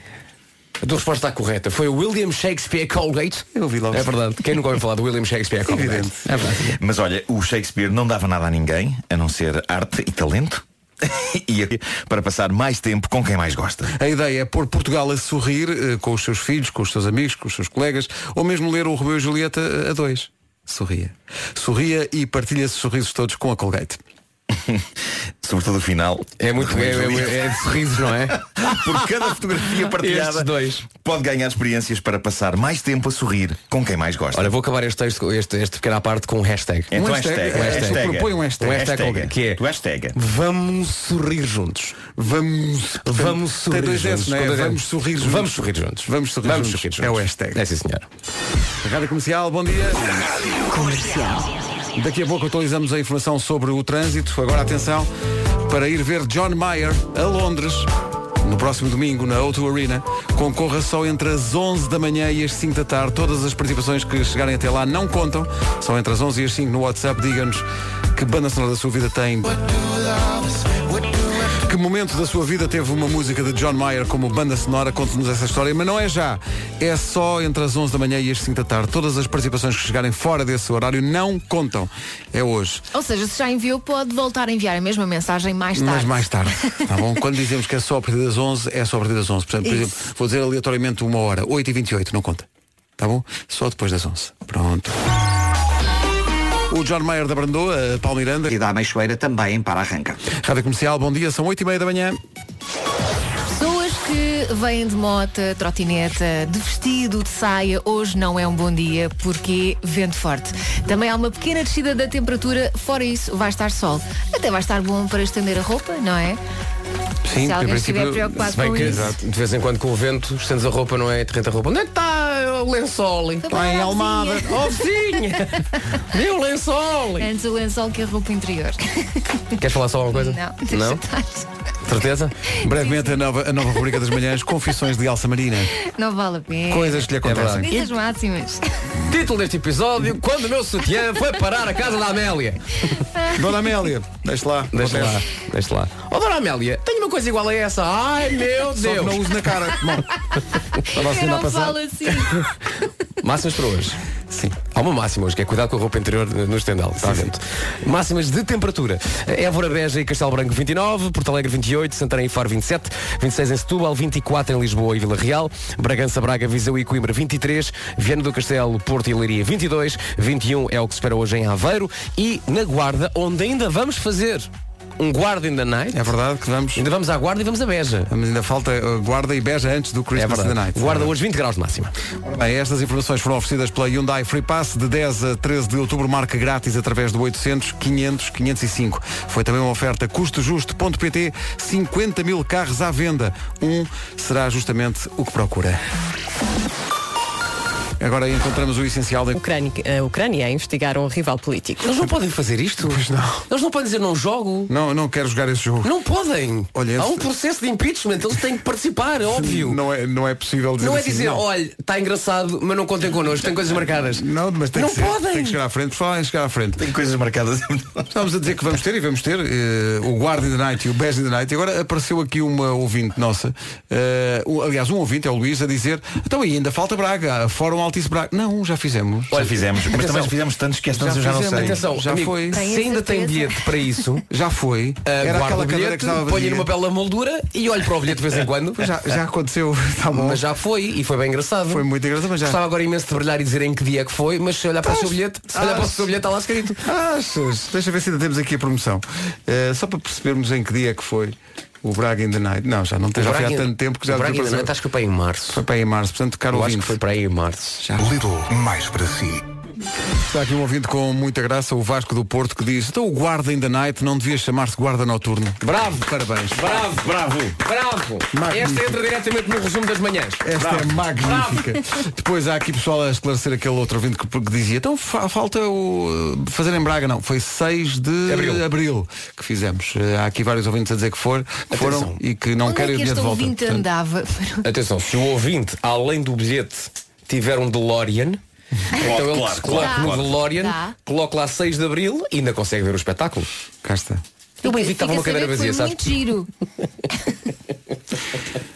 Speaker 6: A tua resposta está correta. Foi o William Shakespeare Colgate.
Speaker 1: Eu ouvi logo.
Speaker 6: É verdade. Quem nunca ouviu falar do William Shakespeare Colgate?
Speaker 1: Evidente.
Speaker 6: É verdade.
Speaker 10: Mas olha, o Shakespeare não dava nada a ninguém, a não ser arte e talento. e a- para passar mais tempo com quem mais gosta.
Speaker 1: A ideia é pôr Portugal a sorrir eh, com os seus filhos, com os seus amigos, com os seus colegas, ou mesmo ler o Romeu e Julieta eh, a dois. Sorria. Sorria e partilha esses sorrisos todos com a Colgate.
Speaker 10: Sobretudo o final.
Speaker 6: É muito. É, é- é de sorrisos, não é?
Speaker 10: Por cada fotografia
Speaker 6: Estes
Speaker 10: partilhada,
Speaker 6: dois.
Speaker 10: pode ganhar experiências para passar mais tempo a sorrir com quem mais gosta.
Speaker 6: Olha, vou acabar este texto, este, este pequeno à parte com um hashtag.
Speaker 10: então
Speaker 1: um
Speaker 10: hashtag,
Speaker 1: hashtag,
Speaker 10: hashtag,
Speaker 1: hashtag. Propõe um hashtag.
Speaker 6: Um hashtag qualquer, que é-
Speaker 10: Tu hashtag.
Speaker 6: Vamos sorrir juntos.
Speaker 1: Vamos,
Speaker 6: Vamos sorrir
Speaker 1: Tem dois
Speaker 6: juntos.
Speaker 1: S, não é?
Speaker 6: Com dois
Speaker 1: Vamos
Speaker 6: S.
Speaker 1: sorrir juntos.
Speaker 6: Vamos sorrir juntos.
Speaker 1: Vamos sorrir
Speaker 6: Vamos
Speaker 1: juntos.
Speaker 6: sorrir juntos.
Speaker 1: É o hashtag.
Speaker 6: É sim, senhora.
Speaker 1: Rádio Comercial, bom dia. Daqui a pouco atualizamos a informação sobre o trânsito. Agora atenção para ir ver John Mayer a Londres. No próximo domingo, na O2 Arena, concorra só entre as 11 da manhã e as 5 da tarde. Todas as participações que chegarem até lá não contam. Só entre as 11 e as 5 no WhatsApp. Diga-nos que banda sonora da sua vida tem. Que momento da sua vida teve uma música de John Mayer como banda sonora? Conte-nos essa história, mas não é já. É só entre as 11 da manhã e as 5 da tarde. Todas as participações que chegarem fora desse horário não contam. É hoje,
Speaker 4: Ou seja, se já enviou, pode voltar a enviar a mesma mensagem mais tarde.
Speaker 1: mas mais tarde. Tá bom? Quando dizemos que é só a partir das 11, é só a partir das 11. Por exemplo, por exemplo, vou dizer aleatoriamente uma hora, 8 e 28 não conta. Tá bom? Só depois das 11. Pronto. O John Mayer da Brandoa, Paulo Miranda,
Speaker 3: E da Ameixoeira também para arranca.
Speaker 1: Rádio Comercial, bom dia, são 8 e meia da manhã.
Speaker 4: Pessoas que vêm de mota, trotineta, de vestido, de saia, hoje não é um bom dia porque vento forte. Também há uma pequena descida da temperatura, fora isso vai estar sol. Até vai estar bom para estender a roupa, não é?
Speaker 1: Sim,
Speaker 4: se
Speaker 1: em
Speaker 4: alguém
Speaker 1: princípio,
Speaker 4: estiver preocupado
Speaker 6: Se bem
Speaker 4: com
Speaker 6: que
Speaker 4: isso.
Speaker 6: de vez em quando com o vento estendes a roupa, não é? Terrenta a roupa. Onde é que está o lençol?
Speaker 4: Está em Almada.
Speaker 6: Oh vizinha! Deu o lençol!
Speaker 4: Antes o lençol que a roupa interior.
Speaker 6: Queres falar só alguma coisa?
Speaker 4: Não, deixa
Speaker 6: Não?
Speaker 4: estar.
Speaker 6: Certeza?
Speaker 1: Brevemente a nova, a nova rubrica das manhãs, Confissões de Alça Marina.
Speaker 4: Não vale a pena.
Speaker 1: Coisas que lhe acontecem.
Speaker 6: verdade.
Speaker 4: Diz as máximas.
Speaker 6: Título deste episódio, quando o meu sutiã foi parar a casa da Amélia.
Speaker 1: Dona Amélia, deixa lá.
Speaker 6: Deixa
Speaker 1: acontece.
Speaker 6: lá, deixa lá. Ó Oh, dona Amélia, tenho uma coisa igual a essa. Ai meu
Speaker 1: Só que não
Speaker 6: Deus!
Speaker 1: uso na cara. Bom,
Speaker 6: Estava assim
Speaker 4: Eu
Speaker 6: a
Speaker 4: não
Speaker 6: passar.
Speaker 4: falo assim.
Speaker 6: Máximas para hoje. Sim. Há uma máxima hoje, que é cuidado com a roupa interior no estendal. Está a vento. Máximas de temperatura. Évora, Beja e Castelo Branco 29, Porto Alegre 28, Santarém e Faro 27, 26 em Setúbal, 24 em Lisboa e Vila Real, Bragança, Braga, Viseu e Coimbra 23, Viana do Castelo, Porto e Leiria 22, 21 é o que se espera hoje em Aveiro e na Guarda, onde ainda vamos fazer um guarda in the night.
Speaker 1: é verdade que vamos.
Speaker 6: Ainda vamos à Guarda e vamos à Beja.
Speaker 1: mas Ainda falta uh, guarda e beja antes do
Speaker 6: É
Speaker 1: Christmas in the
Speaker 6: verdade.
Speaker 1: Night.
Speaker 6: Guarda hoje 20 graus de máxima.
Speaker 1: Bem, estas informações foram oferecidas pela Hyundai Free Pass de 10 a 13 de outubro, marca grátis através do 800 500 505. Foi também uma oferta custojusto.pt, 50 mil carros à venda. Um será justamente o que procura. Agora encontramos o essencial da...
Speaker 2: Ucrânia, a Ucrânia a investigar um rival político.
Speaker 6: Eles não podem fazer isto? Pois
Speaker 1: não.
Speaker 6: Eles não podem dizer não jogo.
Speaker 1: Não, não quero jogar esse jogo.
Speaker 6: Não podem.
Speaker 1: Olha,
Speaker 6: Há
Speaker 1: esse-
Speaker 6: um processo de impeachment. Eles têm que participar, é óbvio. Não,
Speaker 1: Não é, não é possível dizer
Speaker 6: é
Speaker 1: assim,
Speaker 6: dizer,
Speaker 1: não.
Speaker 6: olha, está engraçado, mas não contem connosco, tem coisas marcadas.
Speaker 1: Não, mas tem
Speaker 6: não
Speaker 1: que ser.
Speaker 6: podem.
Speaker 1: Tem que chegar à frente. Por falar em chegar à frente.
Speaker 10: Tem coisas marcadas.
Speaker 1: Estávamos a dizer que vamos ter e vamos ter eh, o Guard in the Night e o Best in the Night. E agora apareceu aqui uma ouvinte nossa, eh, o- aliás, um ouvinte, é o Luís, a dizer, então e ainda falta Braga, Fórum Altice Braga. Não, já fizemos.
Speaker 10: Já fizemos, mas
Speaker 6: atenção.
Speaker 10: também já fizemos tantos que estas
Speaker 1: Já
Speaker 10: eu já não
Speaker 1: fizemos,
Speaker 10: sei.
Speaker 6: Atenção,
Speaker 1: Já
Speaker 6: amigo,
Speaker 1: foi.
Speaker 6: se
Speaker 4: Tenho
Speaker 6: ainda tem
Speaker 4: certeza.
Speaker 6: bilhete para isso,
Speaker 1: Já foi.
Speaker 6: Era
Speaker 1: Era
Speaker 6: guarda
Speaker 1: aquela
Speaker 6: o
Speaker 1: cadeira
Speaker 6: bilhete,
Speaker 1: que estava
Speaker 6: põe
Speaker 1: vazia.
Speaker 6: numa bela moldura e olho para o bilhete de vez em quando.
Speaker 1: já, já aconteceu, está bom.
Speaker 6: Mas já foi e foi bem engraçado.
Speaker 1: Foi muito engraçado, mas já.
Speaker 6: Gostava agora imenso de brilhar e dizer em que dia é que foi, mas se olhar para o seu
Speaker 1: Acho-
Speaker 6: bilhete, se olhar para o
Speaker 1: acho-
Speaker 6: seu bilhete está lá escrito.
Speaker 1: Achas? Deixa ver se ainda temos aqui a promoção. Eh, só para percebermos em que dia é que foi o Braga in the Night. Não, já não tem, já foi há
Speaker 6: Braga-
Speaker 1: tanto tempo que já
Speaker 6: o Braga ainda não,
Speaker 1: desapareceu.
Speaker 6: acho que foi para aí em março.
Speaker 1: Foi para aí em março, portanto, caro
Speaker 6: Eu acho
Speaker 1: ouvinte.
Speaker 6: que foi para aí em março.
Speaker 8: Lidl, mais para si.
Speaker 1: Está aqui um ouvinte com muita graça, o Vasco do Porto, que diz, então o guarda in the night não devia chamar-se guarda noturno.
Speaker 6: Bravo,
Speaker 1: parabéns.
Speaker 6: Bravo, bravo, bravo.
Speaker 1: Magnífico.
Speaker 6: Esta entra diretamente no resumo das manhãs.
Speaker 1: Esta
Speaker 6: Bravo.
Speaker 1: é magnífica.
Speaker 6: Bravo.
Speaker 1: Depois há aqui pessoal a esclarecer aquele outro ouvinte que, que dizia, então fa- falta o fazer em Braga, não. Foi 6 de
Speaker 6: Abril.
Speaker 1: que fizemos. Eh, Há aqui vários ouvintes a dizer que, for, que foram e que não
Speaker 4: Onde
Speaker 1: querem
Speaker 4: é
Speaker 1: o dinheiro
Speaker 4: que
Speaker 1: de
Speaker 4: este
Speaker 1: volta.
Speaker 4: ouvinte
Speaker 1: Portanto,
Speaker 4: andava?
Speaker 6: Atenção, se o ouvinte, além do bilhete, tiver um DeLorean, então ele
Speaker 10: claro,
Speaker 6: se coloca
Speaker 4: claro,
Speaker 6: no
Speaker 4: claro.
Speaker 6: DeLorean,
Speaker 4: Dá.
Speaker 6: coloca lá 6 de Abril e ainda consegue ver o espetáculo.
Speaker 1: cá está.
Speaker 6: Eu bem vi que estava
Speaker 4: Fica
Speaker 6: uma
Speaker 4: a saber
Speaker 6: cadeira
Speaker 4: que foi
Speaker 6: vazia, sabes?
Speaker 4: Muito giro.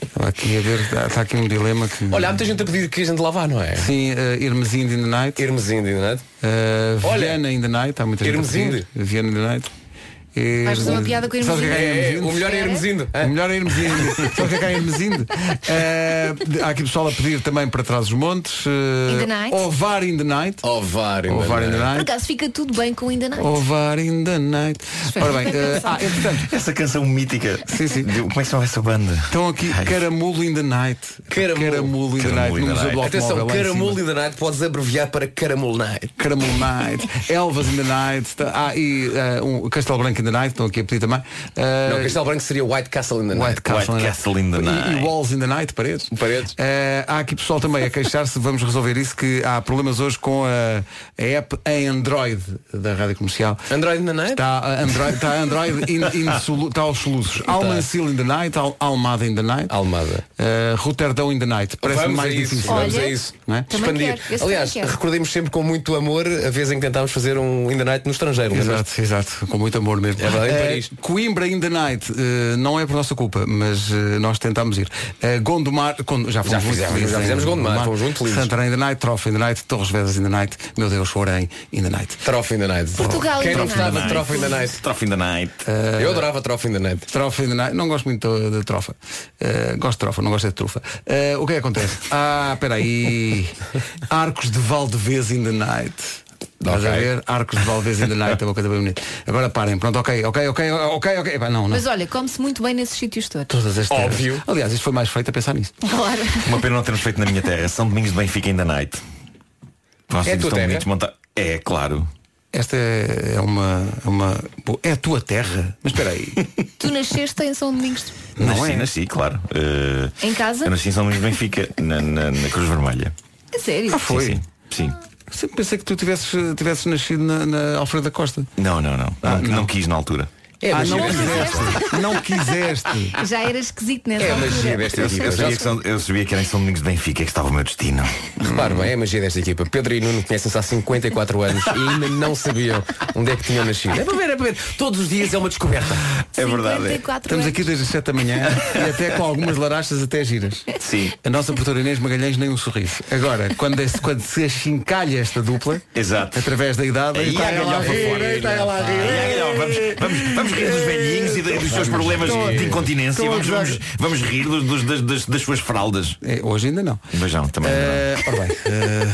Speaker 1: Estava aqui a ver, está está aqui um dilema que.
Speaker 6: Olha, há muita gente a pedir que a gente lá vá, não é?
Speaker 1: Sim, eh, Irmesinde in the night.
Speaker 6: Irmesinde, não é?
Speaker 1: Eh,
Speaker 6: Olha.
Speaker 1: Viana in the night. Há muita gente a
Speaker 6: Irmesinde.
Speaker 1: pedir. Viana in the night.
Speaker 4: Vais fazer uma piada com
Speaker 1: Sabes o que é que é
Speaker 4: Irmesinde?
Speaker 6: É,
Speaker 1: Irmesinde?
Speaker 6: o melhor é Irmesinde.
Speaker 1: O melhor é irmos indo. Sabe o que é que há irmos indo? Eh, de- há aqui pessoal a pedir também para trás os montes.
Speaker 4: In the night.
Speaker 1: Ovar in the night.
Speaker 6: Ovar,
Speaker 1: Ovar in the
Speaker 4: Por
Speaker 1: night.
Speaker 4: acaso fica tudo bem com ainda não.
Speaker 1: Ovar in the night.
Speaker 4: é
Speaker 1: Ora bem, eh, ah, entretanto,
Speaker 10: Essa canção mítica.
Speaker 1: Sim, sim.
Speaker 10: De- Como é que chama essa banda?
Speaker 1: estão aqui
Speaker 10: Ai,
Speaker 1: Caramulo in the night.
Speaker 6: Caramulo.
Speaker 1: in the night.
Speaker 10: Caramulo in
Speaker 1: No
Speaker 10: the
Speaker 1: Museu
Speaker 10: night.
Speaker 1: do Automóvel.
Speaker 6: Atenção,
Speaker 1: lá em cima.
Speaker 6: Caramulo in the Night podes abreviar para Caramulo Night.
Speaker 1: Caramulo Night, Elvas in the Night, tá- ah, e eh, um, Castelo Branco in the Night, estão aqui a pedir também. Eh,
Speaker 6: Não, Castelo Branco seria White Castle in the Night.
Speaker 1: White Castle,
Speaker 10: White
Speaker 1: in the
Speaker 10: Castle in the
Speaker 1: E- E,
Speaker 10: Night.
Speaker 1: Walls in the Night, paredes.
Speaker 6: Paredes.
Speaker 1: Eh, há aqui pessoal também a queixar-se, vamos resolver isso, que há problemas hoje com a, a app em Android da Rádio Comercial.
Speaker 6: Android in the Night?
Speaker 1: Está a Android, está a Android in, in solu- está aos soluços. Almancil in the Night, Al- Almada in the Night.
Speaker 6: Almada.
Speaker 1: Eh, Roterdão in the Night. Parece
Speaker 6: Vamos
Speaker 1: mais
Speaker 6: a isso,
Speaker 1: difícil.
Speaker 6: Vamos
Speaker 4: Olha,
Speaker 6: a isso.
Speaker 1: não é?
Speaker 4: também
Speaker 6: Expandir.
Speaker 4: quero, esse
Speaker 6: Aliás,
Speaker 4: também quero.
Speaker 6: recordemos sempre com muito amor a vez em que tentámos fazer um In the Night no estrangeiro. lembras?
Speaker 1: Exato, exato, com muito amor mesmo.
Speaker 6: É verdade, em
Speaker 1: Eh,
Speaker 6: Paris.
Speaker 1: Coimbra in the night, eh, não é por nossa culpa, mas eh, nós tentámos ir. Eh, Gondomar, Gond- já fomos
Speaker 6: Já
Speaker 1: muito
Speaker 6: fizemos,
Speaker 1: felizes
Speaker 6: já
Speaker 1: em
Speaker 6: fizemos Gondomar, fomos muito felizes.
Speaker 1: Santarém in the night, Trofa in the night, Torres Vedras in the night, meu Deus, Orém in the night.
Speaker 6: Trofa in the Night.
Speaker 4: Portugal in
Speaker 6: Quem
Speaker 4: the
Speaker 6: não
Speaker 4: Night.
Speaker 6: gostava de Trofa in the Night?
Speaker 10: Trofa in the Night.
Speaker 8: É.
Speaker 1: Eh,
Speaker 6: Eu adorava Trofa in the Night.
Speaker 1: Trofa in the night, não gosto muito de trofa. Eh, gosto de trofa, não gosto é de trufa. Eh, o que é que acontece? Ah, espera aí. Arcos de Valdevez in the night. Estás a
Speaker 6: Ok.
Speaker 1: ver? Arcos de Valdevez in the night, é uma coisa bem bonita. Agora parem, pronto, ok, ok, ok, ok, ok. Epá, não, não.
Speaker 4: Mas olha, come-se muito bem nesses sítios todos.
Speaker 1: Todas as terras.
Speaker 6: Óbvio.
Speaker 1: Aliás, isto foi mais feito a pensar nisso.
Speaker 4: Claro.
Speaker 10: Uma pena não termos feito na minha terra. São Domingos de Benfica in the Night. Nós
Speaker 6: É a tua terra?
Speaker 10: monta... É, claro.
Speaker 1: Esta é é uma. é uma bo- é a tua terra? Mas espera aí.
Speaker 4: Tu nasceste em São Domingos
Speaker 1: Não
Speaker 10: nasci,
Speaker 1: é?
Speaker 10: nasci, claro. Eh,
Speaker 4: Em casa?
Speaker 10: Eu nasci em São Domingos de Benfica, na, na- na Cruz Vermelha.
Speaker 4: É sério.
Speaker 1: Ah, foi.
Speaker 10: Sim, sim. sim.
Speaker 1: Sempre pensei que tu tivesses, tivesses nascido na, na Alfredo da Costa.
Speaker 10: Não, não, não.
Speaker 1: Ah,
Speaker 10: não.
Speaker 1: não.
Speaker 10: não quis na altura.
Speaker 6: É,
Speaker 1: ah,
Speaker 6: mas
Speaker 1: não
Speaker 6: gira-
Speaker 1: quiseste. não quiseste.
Speaker 4: Já era esquisito né? nessa
Speaker 6: é a
Speaker 4: altura.
Speaker 6: magia desta
Speaker 10: Eu,
Speaker 6: equipa.
Speaker 10: eu sabia que são- eu sabia que era em São Domingos de Benfica é que estava o meu destino.
Speaker 6: Repare bem, é a magia desta equipa. Pedro e Nuno conhecem-se há 54 anos e ainda não sabiam onde é que tinham nascido. É para ver, é para ver. Todos os dias é uma descoberta.
Speaker 10: É verdade. é.
Speaker 4: 54
Speaker 1: Estamos
Speaker 4: anos.
Speaker 1: aqui desde as 7 da manhã e até com algumas larachas até giras.
Speaker 10: Sim.
Speaker 1: A nossa produtora Inês Magalhães nem um sorriso. Agora, quando, esse- quando se achincalha esta dupla,
Speaker 10: Exato.
Speaker 1: através da idade,
Speaker 10: Aí
Speaker 1: está
Speaker 10: a
Speaker 1: ela a
Speaker 10: galhofa
Speaker 1: rir,
Speaker 10: fora.
Speaker 1: aí está ela a rir.
Speaker 10: Ai, ai, ai, Vamos, vamos, vamos rir dos velhinhos e de- dos seus problemas de incontinência.
Speaker 1: Estou a
Speaker 10: Vamos, vamos, vamos rir dos- dos- das, das- das suas fraldas.
Speaker 1: É, hoje ainda não.
Speaker 10: Mas não, também é não.
Speaker 1: Eh, ora bem, eh,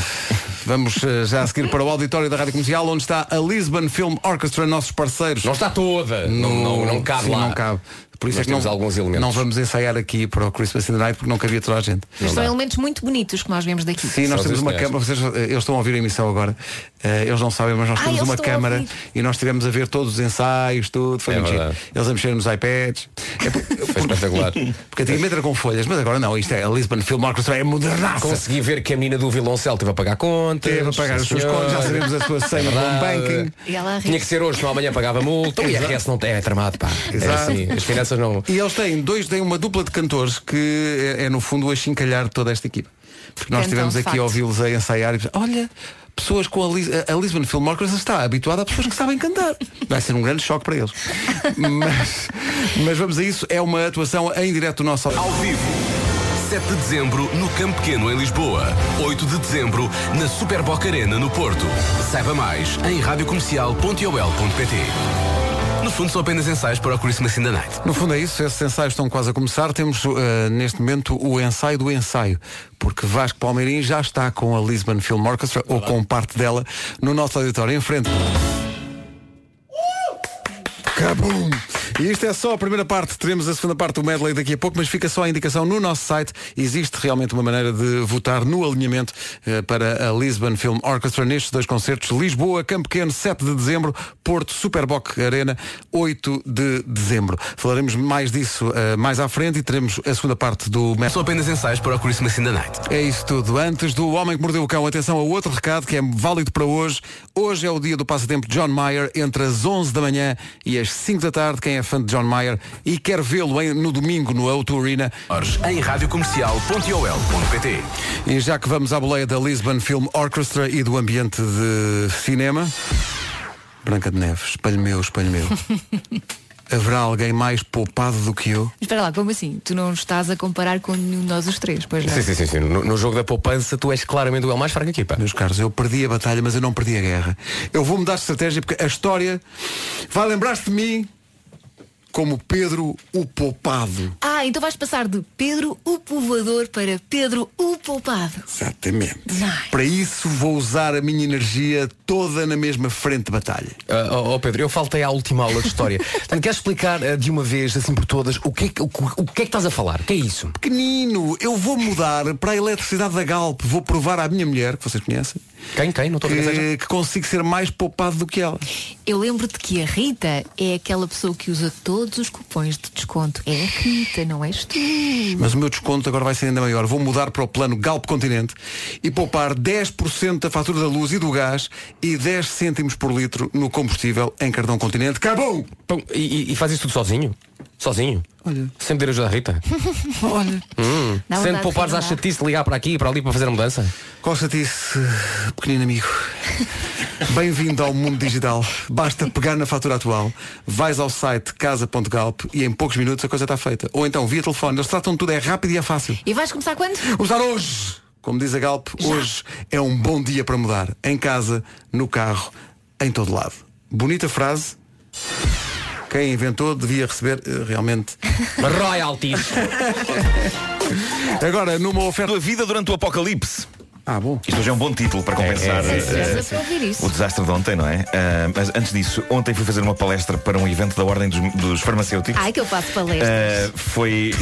Speaker 1: vamos eh, já a seguir para o auditório da Rádio Comercial, onde está a Lisbon Film Orchestra, nossos parceiros.
Speaker 6: Não está toda. Não, não, não cabe
Speaker 1: Sim,
Speaker 6: lá.
Speaker 1: Não cabe. Por isso
Speaker 6: Nós
Speaker 1: é que
Speaker 6: temos
Speaker 1: não,
Speaker 6: alguns elementos.
Speaker 1: não vamos ensaiar aqui para o Christmas in the Night porque não cabia toda a gente.
Speaker 4: Mas são elementos muito bonitos que nós vemos daqui.
Speaker 1: Sim, nós
Speaker 6: Só
Speaker 1: temos
Speaker 6: existe
Speaker 1: uma
Speaker 6: esta.
Speaker 1: câmara, vocês, eh, eles estão a ouvir a emissão agora, Eh, eles não sabem, mas nós
Speaker 4: Ah,
Speaker 1: temos
Speaker 4: eles
Speaker 1: uma
Speaker 4: estão a
Speaker 1: câmara
Speaker 4: ouvir.
Speaker 1: e nós estivemos a ver todos os ensaios, tudo, foi
Speaker 6: É
Speaker 1: muito giro.
Speaker 6: verdade.
Speaker 1: Eles a mexer nos iPads. É por-
Speaker 6: Foi espetacular.
Speaker 1: porque antigamente era com folhas, mas agora não, isto é a Lisbon Film Orchestra, é modernaça.
Speaker 6: Consegui ver que a menina do violoncelo teve a pagar contas.
Speaker 1: Teve a pagar as
Speaker 6: Sim,
Speaker 1: suas contas, já
Speaker 6: senhor. É
Speaker 1: sabemos a sua senha do home
Speaker 6: verdade.
Speaker 1: banking.
Speaker 4: E ela a rir.
Speaker 6: Tinha que ser hoje, senão amanhã pagava multa. O IRS não tem, é tramado, pá. É
Speaker 1: Exato.
Speaker 6: assim, as finanças não.
Speaker 1: E eles têm dois, têm uma dupla de cantores que é, é, no fundo a chincalhar toda esta equipa. Porque nós
Speaker 4: Cantam,
Speaker 1: estivemos
Speaker 4: de
Speaker 1: aqui
Speaker 4: facto.
Speaker 1: a ouvi-los a ensaiar e pensar, olha, pessoas com a, Lis a a Lisbon Film Orchestra está habituada a pessoas que sabem cantar. Vai ser um grande choque para eles. mas, mas vamos a isso, é uma atuação em direto do nosso
Speaker 8: Ao vivo. 7 É, de dezembro no Campo Pequeno em Lisboa. 8 de dezembro na Super Boca Arena no Porto. Saiba mais em radiocomercial.ol.pt. No fundo são apenas ensaios para o Christmas in the Night.
Speaker 1: No fundo é isso, esses ensaios estão quase a começar. Temos eh, neste momento o ensaio do ensaio, porque Vasco Palmeirim já está com a Lisbon Film Orchestra, ou com parte dela, no nosso auditório em frente. Cabum! E isto é só a primeira parte, teremos a segunda parte do medley daqui a pouco, mas fica só a indicação no nosso site. Existe realmente uma maneira de votar no alinhamento eh, para a Lisbon Film Orchestra nestes dois concertos. Lisboa, Campo Pequeno, 7 de dezembro, Porto, Superboc Arena, 8 de dezembro. Falaremos mais disso eh, mais à frente e teremos a segunda parte do medley.
Speaker 8: São apenas ensaios para o Christmas in the Night.
Speaker 1: É isso tudo. Antes do Homem que Mordeu o Cão, atenção a outro recado que é válido para hoje. Hoje é o dia do passatempo de John Mayer, entre as 11 da manhã e as 5 da tarde. Quem é fã de John Mayer e quer vê-lo em- no domingo no Auto Arena.
Speaker 8: Em radiocomercial.ol.pt
Speaker 1: E já que vamos à boleia da Lisbon Film Orchestra e do ambiente de cinema, Branca de Neve, espelho meu, espelho meu. Haverá alguém mais poupado do que eu?
Speaker 4: Espera lá, como assim? Tu não estás a comparar com nenhum de nós os três, pois não?
Speaker 6: Sim, sim, sim. sim. No, no jogo da poupança, tu és claramente o El mais fraco da equipa.
Speaker 1: Meus caros, eu perdi a batalha, mas eu não perdi a guerra. Eu vou mudar de estratégia porque a história vai lembrar-se de mim como Pedro o Poupado.
Speaker 4: Ah, então vais passar de Pedro o Povoador para Pedro o Poupado.
Speaker 1: Exatamente.
Speaker 4: Nice.
Speaker 1: Para isso vou usar a minha energia toda na mesma frente de batalha.
Speaker 6: Ah, oh, oh, Pedro, eu faltei à última aula de história. Portanto, queres explicar ah, de uma vez, assim por todas, o que, é que- o, que- o que é que estás a falar? O que é isso?
Speaker 1: Pequenino, eu vou mudar para a eletricidade da Galp. Vou provar à minha mulher, que vocês conhecem,
Speaker 6: Quem, quem? Não estou a ver quem seja.
Speaker 1: que, que consigo ser mais poupado do que ela.
Speaker 4: Eu lembro-te que a Rita é aquela pessoa que usa todos os cupons de desconto. É a Rita, não és tu.
Speaker 1: Mas o meu desconto agora vai ser ainda maior. Vou mudar para o plano Galp Continente e poupar 10% da fatura da luz e do gás e 10 cêntimos por litro no combustível em cartão Continente. Acabou!
Speaker 6: Pão, e, e- e faz isso tudo sozinho? Sozinho?
Speaker 1: Olha.
Speaker 6: Sem poder ajudar a Rita?
Speaker 1: Olha,
Speaker 10: Hum.
Speaker 4: Dá
Speaker 6: Sem
Speaker 4: vontade
Speaker 6: te
Speaker 4: de
Speaker 6: poupares à
Speaker 4: reclamar.
Speaker 6: chatice de ligar para aqui e para ali para fazer a mudança?
Speaker 1: Costa-te-se, pequenino amigo. Bem-vindo ao mundo digital. Basta pegar na fatura atual, vais ao site casa.galp e em poucos minutos a coisa está feita. Ou então via telefone. Eles tratam de tudo, é rápido e é fácil.
Speaker 4: E vais começar quando?
Speaker 1: Vamos dar hoje! Como diz a Galp, hoje é um bom dia para mudar. Em casa, no carro, em todo lado. Bonita frase. Quem inventou devia receber eh, realmente.
Speaker 6: Royalties!
Speaker 1: Agora, numa oferta.
Speaker 10: A vida durante o apocalipse.
Speaker 1: Ah, bom.
Speaker 10: Isto hoje é um bom título para compensar.
Speaker 6: é,
Speaker 10: eh,
Speaker 4: Estás a ouvir isso.
Speaker 10: O desastre de ontem, não é? Ah, mas antes disso, ontem fui fazer uma palestra para um evento da Ordem dos, dos Farmacêuticos.
Speaker 4: Ai, que eu faço palestras.
Speaker 10: Ah, foi.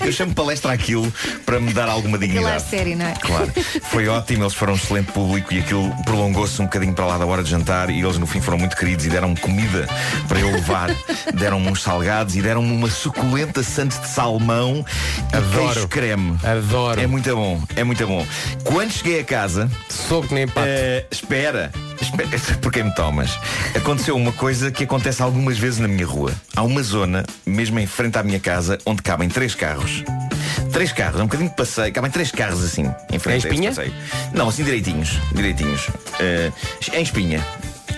Speaker 10: Eu chamo palestra aquilo para me dar alguma
Speaker 4: Aquilo é
Speaker 10: dignidade.
Speaker 4: sério, não é?
Speaker 10: Claro, foi ótimo, eles foram um excelente público e aquilo prolongou-se um bocadinho para lá da hora de jantar e eles no fim foram muito queridos e deram comida para eu levar, deram-me uns salgados e deram-me uma suculenta sandes de salmão
Speaker 6: Adoro.
Speaker 10: e queijo creme.
Speaker 6: Adoro.
Speaker 10: É muito bom, é muito bom. Quando cheguei a casa,
Speaker 6: Soube que nem empate.
Speaker 10: eh, espera, é espera, por quem me tomas? Aconteceu uma coisa que acontece algumas vezes na minha rua. Há uma zona, mesmo em frente à minha casa, onde cabem três carros. Três carros, é um bocadinho de passeio, cabem três carros assim, em frente
Speaker 6: Em
Speaker 10: a esse
Speaker 6: espinha?
Speaker 10: passeio. Não, assim direitinhos, direitinhos. Eh, em espinha.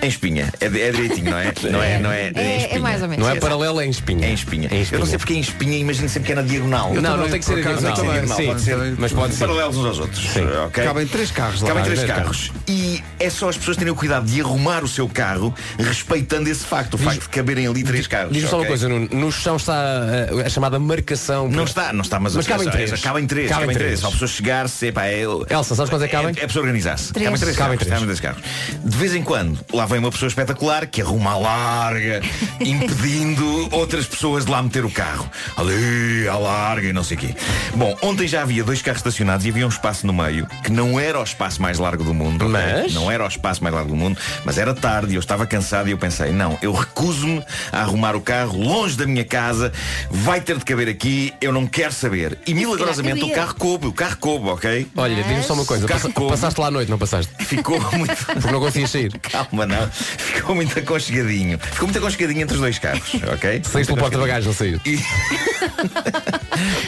Speaker 10: Em espinha. É, é direitinho, não é? Não é, não é,
Speaker 4: É-
Speaker 10: em
Speaker 4: é
Speaker 10: espinha.
Speaker 4: mais ou menos.
Speaker 6: Não é
Speaker 4: Sim.
Speaker 6: paralelo, é em espinha.
Speaker 10: É em espinha.
Speaker 6: É em
Speaker 10: Eu não sei porque é em espinha, imagino sempre que é na diagonal.
Speaker 6: Não,
Speaker 1: também,
Speaker 6: não tem que
Speaker 1: por
Speaker 6: ser
Speaker 1: acaso,
Speaker 6: diagonal.
Speaker 1: eu também,
Speaker 6: Sim,
Speaker 1: pode ser.
Speaker 6: mas pode ser.
Speaker 10: paralelos uns aos outros. ok?
Speaker 1: Cabem três carros lá.
Speaker 10: Cabem
Speaker 6: Cabem
Speaker 10: três
Speaker 6: três
Speaker 10: carros. E é só as pessoas terem o cuidado de arrumar o seu carro respeitando esse facto, o facto de caberem ali três carros.
Speaker 6: Diz-me só uma
Speaker 10: ok?
Speaker 6: coisa, Nuno. No chão está ah, a chamada marcação.
Speaker 10: Não está, não está, mas,
Speaker 6: Mas
Speaker 10: as-
Speaker 6: cabem
Speaker 10: as-
Speaker 6: três.
Speaker 10: as- Cabem três,
Speaker 6: Cabem
Speaker 10: cabem,
Speaker 6: três.
Speaker 10: três. Só a pessoa chegar-se, epá, é,
Speaker 6: Elsa, sabes quantas é que cabem?
Speaker 10: É, é pessoa organizar-se.
Speaker 4: Três.
Speaker 10: Cabem três,
Speaker 6: Cabem
Speaker 10: carros,
Speaker 6: três.
Speaker 10: cabem três carros. De vez em quando, lá vem uma pessoa espetacular que arruma a larga, um impedindo outras pessoas de lá meter o carro. Ali, à larga e não sei o quê. Bom, ontem já havia dois carros estacionados e havia um espaço no meio que não era o espaço mais largo do mundo. ok?
Speaker 6: Mas?
Speaker 10: Não era o espaço mais largo do mundo, mas era tarde e eu estava cansado e eu pensei, não, eu recuso-me a arrumar o carro longe da minha casa, vai ter de caber aqui, eu não quero saber. E milagrosamente o
Speaker 4: cabia.
Speaker 10: carro coube, o carro coube, ok?
Speaker 6: Olha, diz-me só uma coisa.
Speaker 10: O carro
Speaker 6: passa-
Speaker 10: come.
Speaker 6: Passaste lá à noite, não passaste?
Speaker 10: Ficou muito.
Speaker 6: Porque não conseguias sair.
Speaker 10: Calma, não. Ficou muito aconchegadinho. Ficou muito aconchegadinho entre os dois carros, ok?
Speaker 6: Saíste pelo porta-bagagens, não saíste?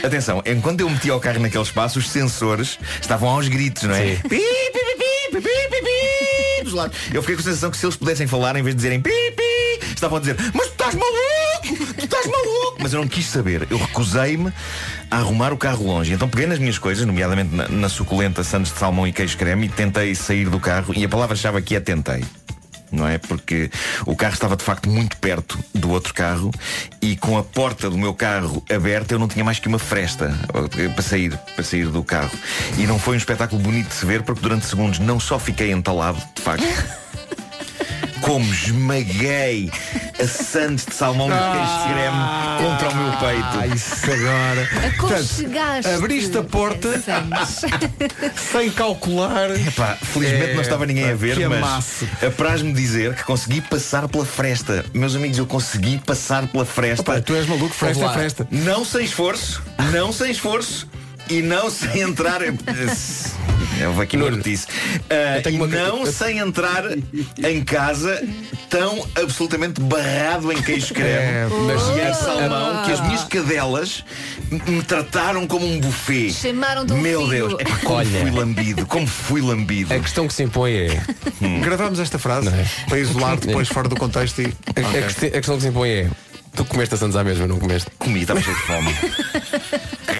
Speaker 10: Atenção, enquanto eu metia o carro naquele espaço, os sensores estavam aos gritos, não é?
Speaker 6: Sim.
Speaker 10: Pi, pi, pi, pi, pi, pi, pi, pi, dos lados. Eu fiquei com a sensação que se eles pudessem falar, em vez de dizerem pi, pi, estavam a dizer, mas tu estás maluco! Tu estás maluco! Mas eu não quis saber. Eu recusei-me a arrumar o carro longe. Então peguei nas minhas coisas, nomeadamente na, na suculenta sandes de salmão e queijo creme, e tentei sair do carro. E a palavra-chave aqui é tentei. Não é? Porque o carro estava de facto muito perto do outro carro e com a porta do meu carro aberta eu não tinha mais que uma fresta eh, para sair, para sair do carro. E não foi um espetáculo bonito de se ver porque durante segundos não só fiquei entalado, de facto, como esmaguei a sandes de salmão
Speaker 1: Ah.
Speaker 10: de queijo de greme contra o meu peito.
Speaker 1: isso agora.
Speaker 4: Aconchegaste.
Speaker 1: abriste a porta. sem calcular.
Speaker 10: Epá, felizmente
Speaker 1: É,
Speaker 10: não estava ninguém a ver,
Speaker 1: que
Speaker 10: mas
Speaker 1: amasso.
Speaker 10: apraz-me dizer que consegui passar pela fresta. Meus amigos, eu consegui passar pela fresta.
Speaker 1: Opa, tu és maluco, fresta
Speaker 6: Ouve
Speaker 1: é
Speaker 6: lá.
Speaker 1: fresta.
Speaker 10: Não sem esforço, não sem esforço e não sem entrar. em- Eu vou aqui no notícia. Ah,
Speaker 6: tenho uma-
Speaker 10: Não sem entrar em casa tão absolutamente barrado em queijo creme.
Speaker 6: É, mas-
Speaker 10: e em salmão que as minhas cadelas me me trataram como um buffet.
Speaker 4: Chamaram-te um
Speaker 10: Meu
Speaker 4: filho.
Speaker 10: Deus, epá, como
Speaker 6: Olha.
Speaker 10: fui lambido, como fui lambido.
Speaker 6: A questão que se impõe é.
Speaker 10: Hum.
Speaker 1: Gravámos esta frase
Speaker 10: é?
Speaker 1: para isolar depois fora do contexto e.
Speaker 6: A, a queste- a questão que se impõe é. Tu comeste a Santos à mesma, não comeste?
Speaker 10: Comi, estava cheio de fome.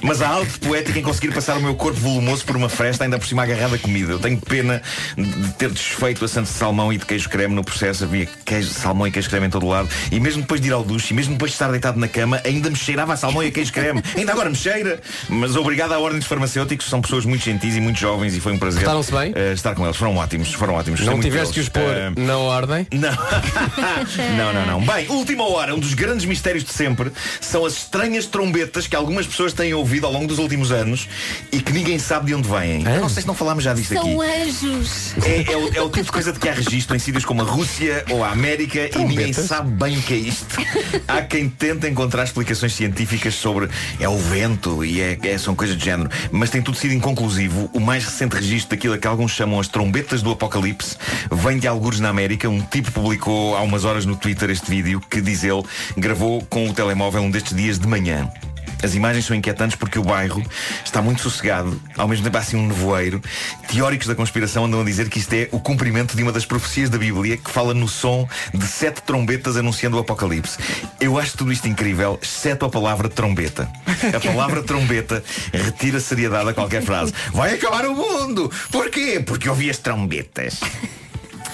Speaker 10: Mas há algo de poético em conseguir passar o meu corpo volumoso por uma fresta, ainda por cima agarrada a comida. Eu tenho pena de ter desfeito a santo de salmão e de queijo creme no processo. Havia queijo, salmão e queijo creme em todo lado. E mesmo depois de ir ao duche, e mesmo depois de estar deitado na cama, ainda me cheirava a salmão e a queijo creme. Ainda agora me cheira. Mas obrigado à Ordem dos Farmacêuticos, são pessoas muito gentis e muito jovens e foi um prazer
Speaker 6: Portaram-se bem?
Speaker 10: eh, estar com eles. Foram ótimos, foram ótimos. Gostei
Speaker 6: Não
Speaker 10: É muito
Speaker 6: tiveste que os
Speaker 10: deles.
Speaker 6: pôr
Speaker 10: Eh,
Speaker 6: na ordem?
Speaker 10: não. não, não, não. Bem, última hora, um dos grandes mistérios de sempre são as estranhas trombetas que algumas pessoas têm ouvido ao longo dos últimos anos e que ninguém sabe de onde vêm. Eu Não sei se não falámos já disto aqui.
Speaker 4: São anjos.
Speaker 10: É, é o, é o tipo de coisa de que há registro em sítios como a Rússia ou a América e ninguém sabe bem o que é isto. Há quem tenta encontrar explicações científicas sobre é o vento e é, é- são coisas do género, mas tem tudo sido inconclusivo. O mais recente registro daquilo que alguns chamam as trombetas do apocalipse vem de algures na América. Um tipo publicou há umas horas no Twitter este vídeo que diz ele gravou com o telemóvel um destes dias de manhã. As imagens são inquietantes porque o bairro está muito sossegado, ao mesmo tempo há assim um nevoeiro. Teóricos da conspiração andam a dizer que isto é o cumprimento de uma das profecias da Bíblia que fala no som de sete trombetas anunciando o Apocalipse. Eu acho tudo isto incrível, exceto a palavra trombeta. A palavra trombeta retira seriedade a qualquer frase. Vai acabar o mundo! Porquê? Porque ouvi as trombetas.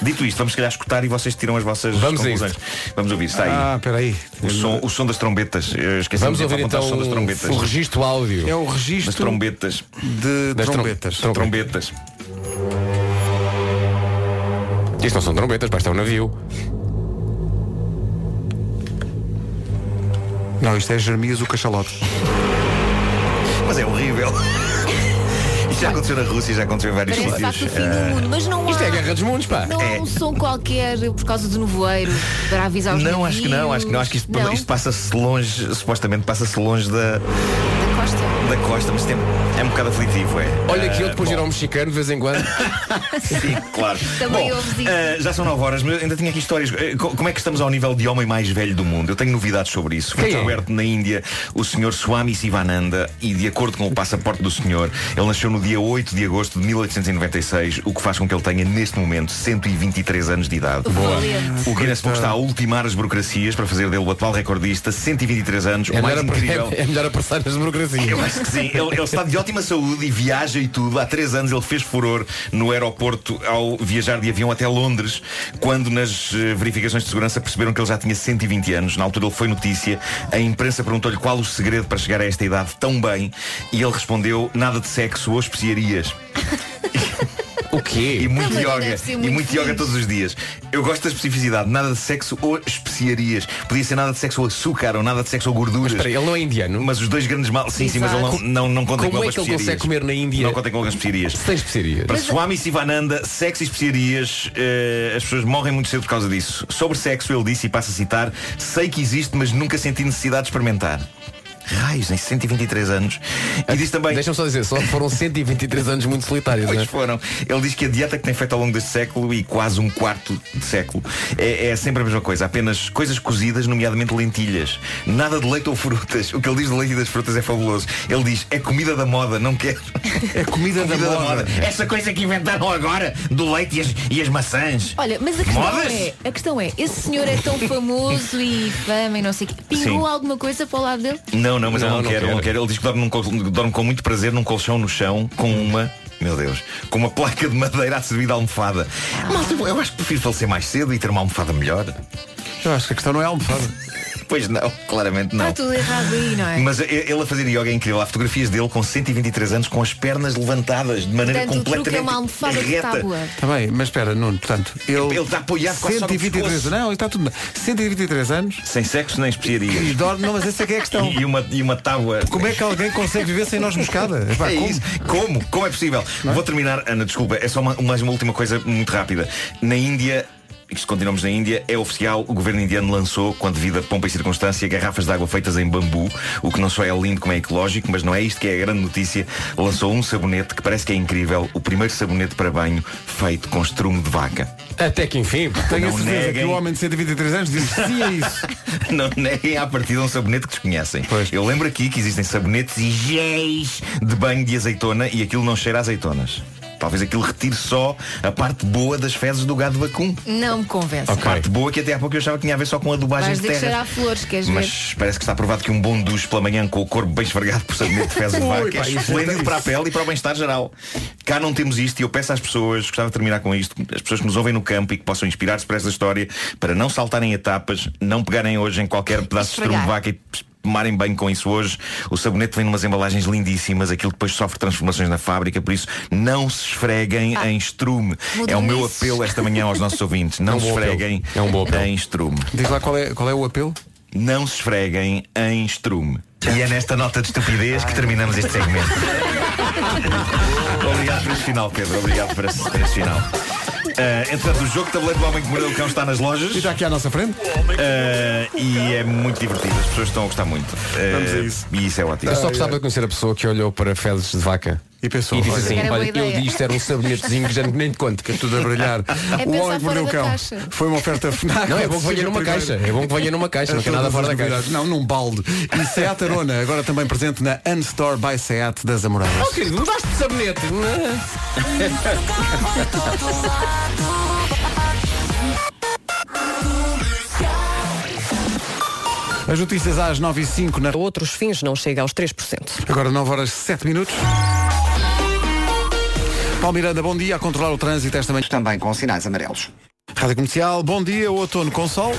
Speaker 10: Dito isto, vamos se calhar escutar e vocês tiram as vossas
Speaker 6: Vamos a
Speaker 10: conclusões. Vamos ouvir, está aí.
Speaker 1: Ah, peraí.
Speaker 10: O som, o som das trombetas. Eu esqueci
Speaker 6: Vamos
Speaker 10: de
Speaker 6: ouvir
Speaker 10: apontar
Speaker 6: então
Speaker 10: o som das trombetas.
Speaker 6: o registro áudio.
Speaker 1: É o
Speaker 10: Das
Speaker 1: registro
Speaker 10: trombetas.
Speaker 1: de
Speaker 6: Das trom-
Speaker 1: trombetas.
Speaker 6: trom-
Speaker 10: Trombetas.
Speaker 6: Isto não são trombetas, basta um navio.
Speaker 1: Não, isto é Jeremias o Cachalote.
Speaker 10: Mas é horrível. Isto já aconteceu na Rússia, já aconteceu em vários
Speaker 4: Parece de facto o
Speaker 10: sítios.
Speaker 4: fim do mundo. Mas não
Speaker 6: Isto é
Speaker 4: há.
Speaker 6: a Guerra dos Mundos, pá.
Speaker 4: Não
Speaker 10: É.
Speaker 4: há um som qualquer por causa do nevoeiro para avisar os
Speaker 10: Não, acho que não,
Speaker 4: navios.
Speaker 10: acho que não, acho que isto,
Speaker 4: Não?
Speaker 10: isto passa-se longe, supostamente passa-se longe da,
Speaker 4: Da costa.
Speaker 10: da costa, mas tem, é um bocado aflitivo, é.
Speaker 6: Olha que eu
Speaker 10: Ah,
Speaker 6: depois de ir ao mexicano de vez em quando.
Speaker 10: Sim, claro.
Speaker 4: Também
Speaker 10: Bom,
Speaker 4: ouves isso.
Speaker 10: eh, já são 9 horas, mas eu ainda tinha aqui histórias. Eh, co- Como é que estamos ao nível de homem mais velho do mundo? Eu tenho novidades sobre isso. Foi
Speaker 6: Quem é?
Speaker 10: descoberto na Índia o senhor Swami Sivananda e, de acordo com o passaporte do senhor, ele nasceu no dia 8 de agosto de 1896, o que faz com que ele tenha, neste momento, 123 anos de idade.
Speaker 4: Boa. Valente.
Speaker 10: O Guinness Book está a ultimar as burocracias para fazer dele o atual recordista, 123 anos,
Speaker 6: É
Speaker 10: o
Speaker 6: melhor,
Speaker 10: mais
Speaker 6: apre-
Speaker 10: incrível.
Speaker 6: é melhor apressar as burocracias.
Speaker 10: Eu acho que sim. Ele, ele está de ótima saúde e viaja e tudo. Há três anos ele fez furor no aeroporto ao viajar de avião até Londres, quando nas eh, verificações de segurança perceberam que ele já tinha 120 anos. Na altura ele foi notícia. A imprensa perguntou-lhe qual o segredo para chegar a esta idade tão bem. E ele respondeu, nada de sexo ou especiarias.
Speaker 6: O quê?
Speaker 10: E muito
Speaker 4: Também não
Speaker 10: yoga.
Speaker 4: deve ser
Speaker 10: E
Speaker 4: muito
Speaker 10: muito yoga
Speaker 4: feliz.
Speaker 10: todos os dias. Eu gosto da especificidade. Nada de sexo ou especiarias. Podia ser nada de sexo ou açúcar ou nada de sexo ou gorduras.
Speaker 6: Espera, ele não é indiano.
Speaker 10: Mas os dois grandes mal. Sim, sim, mas ele não,
Speaker 4: Exato.
Speaker 10: não, não conta
Speaker 6: Como
Speaker 10: com
Speaker 6: é
Speaker 10: algumas
Speaker 6: que ele
Speaker 10: especiarias.
Speaker 6: consegue comer na Índia?
Speaker 10: Não conta com algumas especiarias.
Speaker 6: Sem especiarias.
Speaker 10: Para Swami Sivananda, sexo e é especiarias, eh, as pessoas morrem muito cedo por causa disso. Sobre sexo, ele disse, e passo a citar, sei que existe, mas nunca senti necessidade de experimentar. Raios, em 123 anos. E diz também.
Speaker 6: Deixa-me só dizer, só foram 123 anos muito solitários, não
Speaker 10: Pois
Speaker 6: é?
Speaker 10: foram. Ele diz que a dieta que tem feito ao longo deste século e quase um quarto de século é, é sempre a mesma coisa. Apenas coisas cozidas, nomeadamente lentilhas. Nada de leite ou frutas. O que ele diz de leite e das frutas é fabuloso. Ele diz, é comida da moda, não quero.
Speaker 1: É comida da moda.
Speaker 10: Essa coisa que inventaram agora do leite e as, e as maçãs.
Speaker 4: Olha, mas a questão
Speaker 10: Modas?
Speaker 4: é, a questão é, esse senhor é tão famoso e fama e não sei o quê. Pingou
Speaker 10: Sim.
Speaker 4: alguma coisa para o lado dele?
Speaker 10: Não, não, mas é
Speaker 6: Não,
Speaker 10: ele não,
Speaker 6: não
Speaker 10: quer, ele não
Speaker 6: quero.
Speaker 10: quer. Ele diz que dorme, num col- dorme com muito prazer num colchão no chão com uma. Meu Deus, com uma placa de madeira a servir de almofada. Mas eu acho que prefiro falecer mais cedo e ter uma almofada melhor.
Speaker 1: Eu acho que a questão não é almofada.
Speaker 10: Pois não, claramente não.
Speaker 4: Está tudo errado aí, não é?
Speaker 10: Mas e- ele a fazer yoga é incrível. Há fotografias dele com 123 anos com as pernas levantadas de maneira
Speaker 4: Portanto, o truque
Speaker 10: completamente
Speaker 4: é uma almofada de
Speaker 10: reta.
Speaker 4: tábua.
Speaker 1: Está Tá bem, mas espera, Nuno, portanto, ele,
Speaker 10: está apoiado quase só no
Speaker 1: 123
Speaker 10: pescoço.
Speaker 1: não, está tudo bem. 123 anos
Speaker 10: Sem sexo nem especiarias.
Speaker 1: e dorme, não, mas essa é que é a questão.
Speaker 10: E, e uma, e uma tábua.
Speaker 1: Como é que alguém consegue viver sem nós moscada? Epá,
Speaker 10: É
Speaker 1: como?
Speaker 10: isso. Como? Como é possível? Vou terminar, Ana, desculpa, é só uma- mais uma última coisa muito rápida. Na Índia. Isto continuamos na Índia, é oficial, o governo indiano lançou, com a devida pompa e circunstância, garrafas de água feitas em bambu, o que não só é lindo como é ecológico, mas não é isto que é a grande notícia. Lançou um sabonete que parece que é incrível, o primeiro sabonete para banho feito com estrume de vaca.
Speaker 6: Até que enfim. pá.
Speaker 1: Tenho a
Speaker 10: Não
Speaker 1: certeza
Speaker 10: neguem.
Speaker 1: que o homem de 123 anos dizia isso.
Speaker 10: Não neguem à partida um sabonete que desconhecem.
Speaker 1: Pois.
Speaker 10: Eu lembro aqui que existem sabonetes e géis de banho de azeitona e aquilo não cheira a azeitonas. Talvez aquilo retire só a parte boa das fezes do gado vacum.
Speaker 4: Não me convence.
Speaker 10: A parte boa que até há pouco eu achava que tinha a ver só com adubagem
Speaker 4: Vais
Speaker 10: de
Speaker 4: dizer que cheira a
Speaker 10: terra.
Speaker 4: flores, queres ver?
Speaker 10: Mas parece que está provado que um bom duche pela manhã com o corpo bem esfregado por sabonete de fezes de vaca
Speaker 1: pá,
Speaker 10: é
Speaker 1: isso
Speaker 10: esplêndido para a pele e para o bem-estar geral. Cá não temos isto e eu peço às pessoas, gostava de terminar com isto, as pessoas que nos ouvem no campo e que possam inspirar-se para esta história, para não saltarem etapas, não pegarem hoje em qualquer pedaço de estrume de
Speaker 4: Esfregar.
Speaker 10: vaca e tomarem bem com isso hoje. O sabonete vem numas embalagens lindíssimas, aquilo depois sofre transformações na fábrica, por isso não se esfreguem em estrume. É o meu
Speaker 4: modernices.
Speaker 10: apelo esta manhã aos nossos ouvintes. Não
Speaker 6: um
Speaker 10: se
Speaker 6: bom apelo.
Speaker 10: esfreguem
Speaker 6: É um bom apelo.
Speaker 10: em estrume
Speaker 1: Diz lá qual é, qual é o apelo?
Speaker 10: não se esfreguem em estrume. E é nesta nota de estupidez que terminamos este segmento. Obrigado por este final, Pedro. Obrigado por este, por este final. Ah, entretanto, o jogo de tabuleiro do Homem que Mordeu o Cão está nas lojas
Speaker 1: E está aqui à nossa frente?
Speaker 10: ah, e é muito divertido. As pessoas estão a gostar muito. Ah,
Speaker 1: Vamos a isso.
Speaker 10: E isso é ótimo.
Speaker 6: Eu só gostava de conhecer a pessoa que olhou para fezes de vaca.
Speaker 1: E pensou,
Speaker 6: E disse
Speaker 1: olha,
Speaker 6: assim,
Speaker 4: Era boa
Speaker 6: olha, eu
Speaker 4: ideia."
Speaker 6: disse isto era um sabonetezinho que já nem te conto.
Speaker 1: que tudo a brilhar.
Speaker 4: É
Speaker 1: o
Speaker 4: pensar
Speaker 1: homem que mordeu o
Speaker 4: fora da
Speaker 1: cão.
Speaker 4: caixa.
Speaker 1: Foi uma oferta FNAC.
Speaker 6: Não, é bom que venha numa caixa. É bom que venha numa caixa, não tem nada fora da caixa.
Speaker 1: Não, num balde. E Seat Arona, agora também presente na Unstore by Seat das Amoreiras.
Speaker 6: Oh querido, mudaste de sabonete.
Speaker 1: As notícias às 9 e 05 na...
Speaker 2: Para outros fins não chega aos 3%.
Speaker 1: Agora 9 horas 7 minutos. Paulo Miranda, bom dia. A controlar o trânsito esta manhã.
Speaker 3: Também com sinais amarelos.
Speaker 1: Rádio Comercial, bom dia. Outono com sol.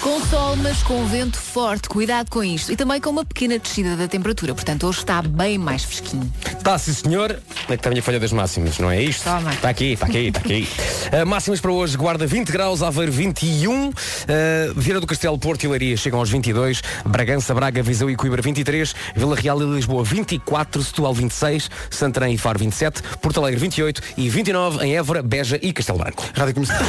Speaker 4: Com sol, mas com vento forte. Cuidado com isto. E também com uma pequena descida da temperatura. Portanto, hoje está bem mais fresquinho.
Speaker 6: Está, sim senhor. Onde é que está a minha folha das máximas, não é isto?
Speaker 4: Toma.
Speaker 6: Está aqui, está aqui, está aqui. Ah, máximas para hoje, Guarda 20 graus, Aveiro 21, ah, Vieira do Castelo, Porto e Leiria chegam aos 22, Bragança, Braga, Viseu e Coimbra 23, Vila Real e Lisboa 24, Setúbal 26, Santarém e Faro 27, Porto Alegre 28 e 29 em Évora, Beja e Castelo Branco.
Speaker 1: Rádio Comercial.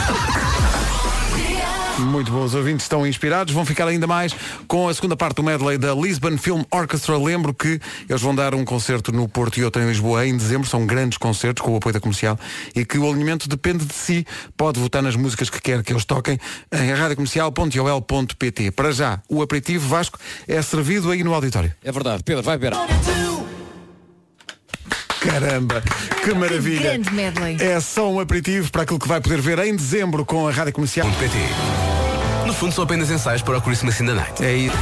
Speaker 1: Muito bons ouvintes, estão inspirados, vão ficar ainda mais com a segunda parte do medley da Lisbon Film Orchestra. Lembro que eles vão dar um concerto no Porto e outro em Lisboa em dezembro, são grandes concertos com o apoio da comercial e que o alinhamento depende de si. Pode votar nas músicas que quer que eles toquem em radiocomercial.ol.pt. Para já, o aperitivo Vasco é servido aí no auditório.
Speaker 6: É verdade, Pedro, vai ver.
Speaker 1: Caramba, que maravilha!
Speaker 4: Um grande medley.
Speaker 1: É só um aperitivo para aquilo que vai poder ver em dezembro com a Rádio Comercial.
Speaker 8: PT. No fundo, são apenas ensaios para o Christmas in the Night.
Speaker 1: É isso.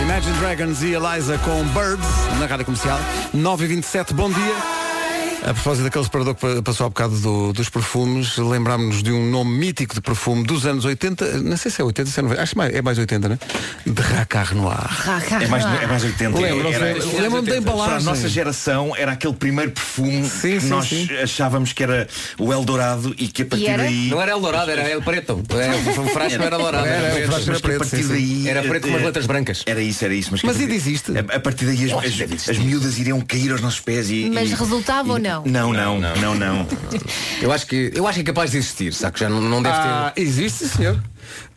Speaker 1: Imagine Dragons e Eliza com Birds na rádio comercial. 9h27, bom dia. A propósito daquele separador que pa- passou há bocado do- dos perfumes, lembrámos-nos de um nome mítico de perfume dos anos 80, não sei se é 80, se é 90, acho que mais- é mais 80, né? De Racard Noir.
Speaker 10: É mais, é mais 80.
Speaker 1: Lembram-se-
Speaker 10: Era-
Speaker 1: lembram-me da embalagem.
Speaker 10: Para a nossa geração era aquele primeiro perfume
Speaker 1: Sim,
Speaker 10: que
Speaker 1: sim,
Speaker 10: nós
Speaker 1: sim.
Speaker 10: achávamos que era o Eldorado e que a partir
Speaker 4: era?
Speaker 10: daí.
Speaker 6: Não era El Dourado, era El Preto. É, o frasco não era
Speaker 1: Era,
Speaker 6: Dourado, era,
Speaker 1: era o
Speaker 6: preto.
Speaker 1: frasco
Speaker 10: Mas que a
Speaker 1: preto,
Speaker 10: partir
Speaker 1: sim,
Speaker 10: daí.
Speaker 6: Era preto com
Speaker 10: eh,
Speaker 6: umas letras brancas.
Speaker 10: Era isso, era isso. Mas, que
Speaker 1: Mas
Speaker 10: a partir-
Speaker 1: ainda existe?
Speaker 10: A, a partir daí as, as, as miúdas iriam cair aos nossos pés e.
Speaker 4: Mas
Speaker 10: e-
Speaker 4: resultava ou não?
Speaker 10: Não, não, não, não.
Speaker 6: Eu acho que, eu acho que é capaz de existir, saco? Já não, não deve ter.
Speaker 1: Ah, existe, senhor.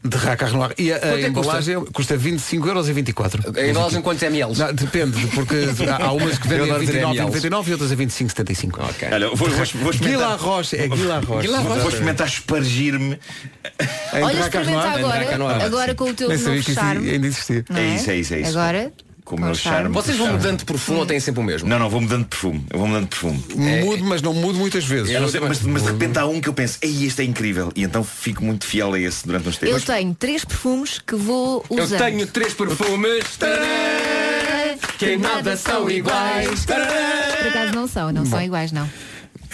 Speaker 1: De Racard Noir. E a, a
Speaker 6: é que
Speaker 1: embalagem custa 25,24€.
Speaker 6: A embalagem quantos ml?
Speaker 1: Não, depende, porque há há umas que vendem a
Speaker 6: Eu adoro dizer
Speaker 1: 29,99 e outras a 25,75.
Speaker 6: Ok.
Speaker 10: Olha, vou, vou, vou
Speaker 1: Guila
Speaker 10: experimentar.
Speaker 1: Rocha, é Guila Rocha.
Speaker 10: Vou experimentar espargir-me.
Speaker 1: É
Speaker 4: Olha, experimenta
Speaker 6: Entrar cá no ar,
Speaker 4: agora. Agora com o teu
Speaker 1: Nem
Speaker 4: novo
Speaker 1: sabia que isso
Speaker 4: charme.
Speaker 1: ainda existia.
Speaker 4: não
Speaker 10: É isso, é isso, é isso.
Speaker 4: Agora?
Speaker 10: Com o meu charme.
Speaker 6: Vocês vão mudando de perfume ou têm sempre o mesmo?
Speaker 10: Não, não, vou mudando de perfume. Eu vou mudando de perfume.
Speaker 1: Mudo, mas não mudo muitas vezes.
Speaker 9: É,
Speaker 6: Eu não
Speaker 10: Mas,
Speaker 6: sei
Speaker 10: mas-
Speaker 6: mais.
Speaker 10: mas de repente há um que eu penso, ei, este é incrível. E então fico muito fiel a esse durante uns
Speaker 4: Eu
Speaker 10: tempos.
Speaker 4: tenho três perfumes que vou
Speaker 6: Eu
Speaker 4: usar.
Speaker 6: tenho três perfumes. Tará! Que nada são iguais. Tará!
Speaker 4: Por acaso não são, não são iguais, não.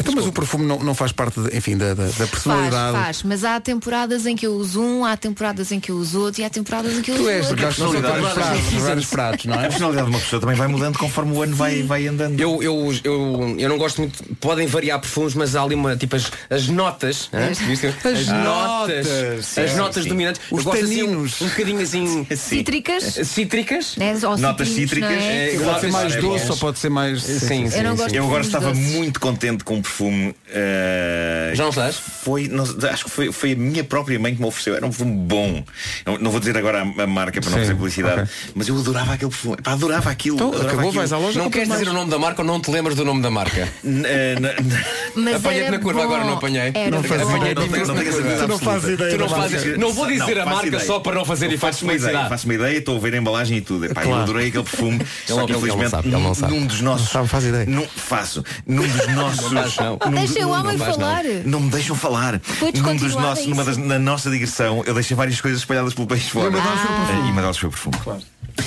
Speaker 1: Então, mas o perfume não, não faz parte, de- enfim, da, da- da
Speaker 4: Faz,
Speaker 1: personalidade.
Speaker 4: faz, mas há temporadas em que eu uso um, há temporadas em que eu uso outro e há temporadas em que eu uso
Speaker 1: Tu és,
Speaker 4: outro.
Speaker 1: porque acho que são vários pratos, vários pratos, não
Speaker 10: A
Speaker 1: é?
Speaker 10: personalidade de uma pessoa também vai mudando conforme o ano vai, vai andando.
Speaker 6: Eu, eu, eu, eu não gosto muito, podem variar perfumes, mas há ali uma, tipo, as, as notas, hã? Viste? as,
Speaker 1: notas,
Speaker 6: notas,
Speaker 10: sim,
Speaker 6: as
Speaker 10: sim,
Speaker 6: notas
Speaker 10: sim.
Speaker 6: dominantes,
Speaker 1: Os
Speaker 6: eu gosto assim, um,
Speaker 1: taninos.
Speaker 6: um bocadinho assim,
Speaker 4: Cítricas,
Speaker 6: cítricas.
Speaker 4: né? Ou
Speaker 10: Notas
Speaker 4: citrinhos,
Speaker 10: cítricas,
Speaker 4: não é?
Speaker 10: é,
Speaker 6: Sim.
Speaker 1: Pode ser mais
Speaker 10: É bom.
Speaker 1: doce ou pode ser mais.
Speaker 6: Sim, sim,
Speaker 4: Eu não
Speaker 6: sim.
Speaker 4: gosto
Speaker 10: Eu agora
Speaker 4: dos
Speaker 10: estava
Speaker 4: doces.
Speaker 10: muito contente com um perfume. eh,
Speaker 6: Já não estás?
Speaker 10: Foi, não- acho que foi, foi a minha própria mãe que me ofereceu. Era um perfume bom. Não, não vou dizer agora a, a marca para não
Speaker 1: Sim,
Speaker 10: fazer publicidade. Mas eu adorava aquele perfume. Epá, adorava aquilo.
Speaker 1: Então,
Speaker 10: adorava
Speaker 1: acabou,
Speaker 10: aquilo.
Speaker 1: vais à loja.
Speaker 6: Não
Speaker 1: compras
Speaker 6: queres
Speaker 1: mais.
Speaker 6: dizer o nome da marca ou não te lembras do nome da marca?
Speaker 10: N- eh, n- n-
Speaker 4: Mas
Speaker 6: Apanhei-te
Speaker 4: era
Speaker 6: na curva,
Speaker 4: bom.
Speaker 6: agora não apanhei.
Speaker 4: Era
Speaker 1: Não
Speaker 4: bom.
Speaker 1: faz ideia,
Speaker 10: não
Speaker 1: não
Speaker 10: tenho- não tenho certeza
Speaker 1: Tu não fazes
Speaker 10: absoluta.
Speaker 1: ideia.
Speaker 6: Tu não
Speaker 1: Marco.
Speaker 6: fazes- não vou dizer a
Speaker 10: faço
Speaker 6: marca só para não fazer
Speaker 10: Eu
Speaker 6: efeito de
Speaker 10: faço uma ideia,
Speaker 6: publicidade.
Speaker 10: Faço uma ideia, estou a ver a embalagem e tudo. Epá, Eu adorei aquele perfume.
Speaker 6: ele é
Speaker 10: Só que
Speaker 6: não
Speaker 10: infelizmente
Speaker 6: sabe, ele não
Speaker 10: num-
Speaker 6: sabe.
Speaker 10: num dos nossos.
Speaker 1: sabe, faz ideia.
Speaker 10: Num, faço. Num dos nossos.
Speaker 6: faz, não.
Speaker 10: num-
Speaker 4: Deixa o
Speaker 10: num-
Speaker 4: homem
Speaker 10: não faz, não.
Speaker 4: falar.
Speaker 10: Não me deixam falar.
Speaker 4: Foi
Speaker 10: Num dos
Speaker 4: descontinuado
Speaker 10: nossos, numa
Speaker 4: isso?
Speaker 10: das, na nossa digressão, eu deixei várias coisas espalhadas pelo país fora.
Speaker 4: Ah,
Speaker 10: E uma delas foi o perfume.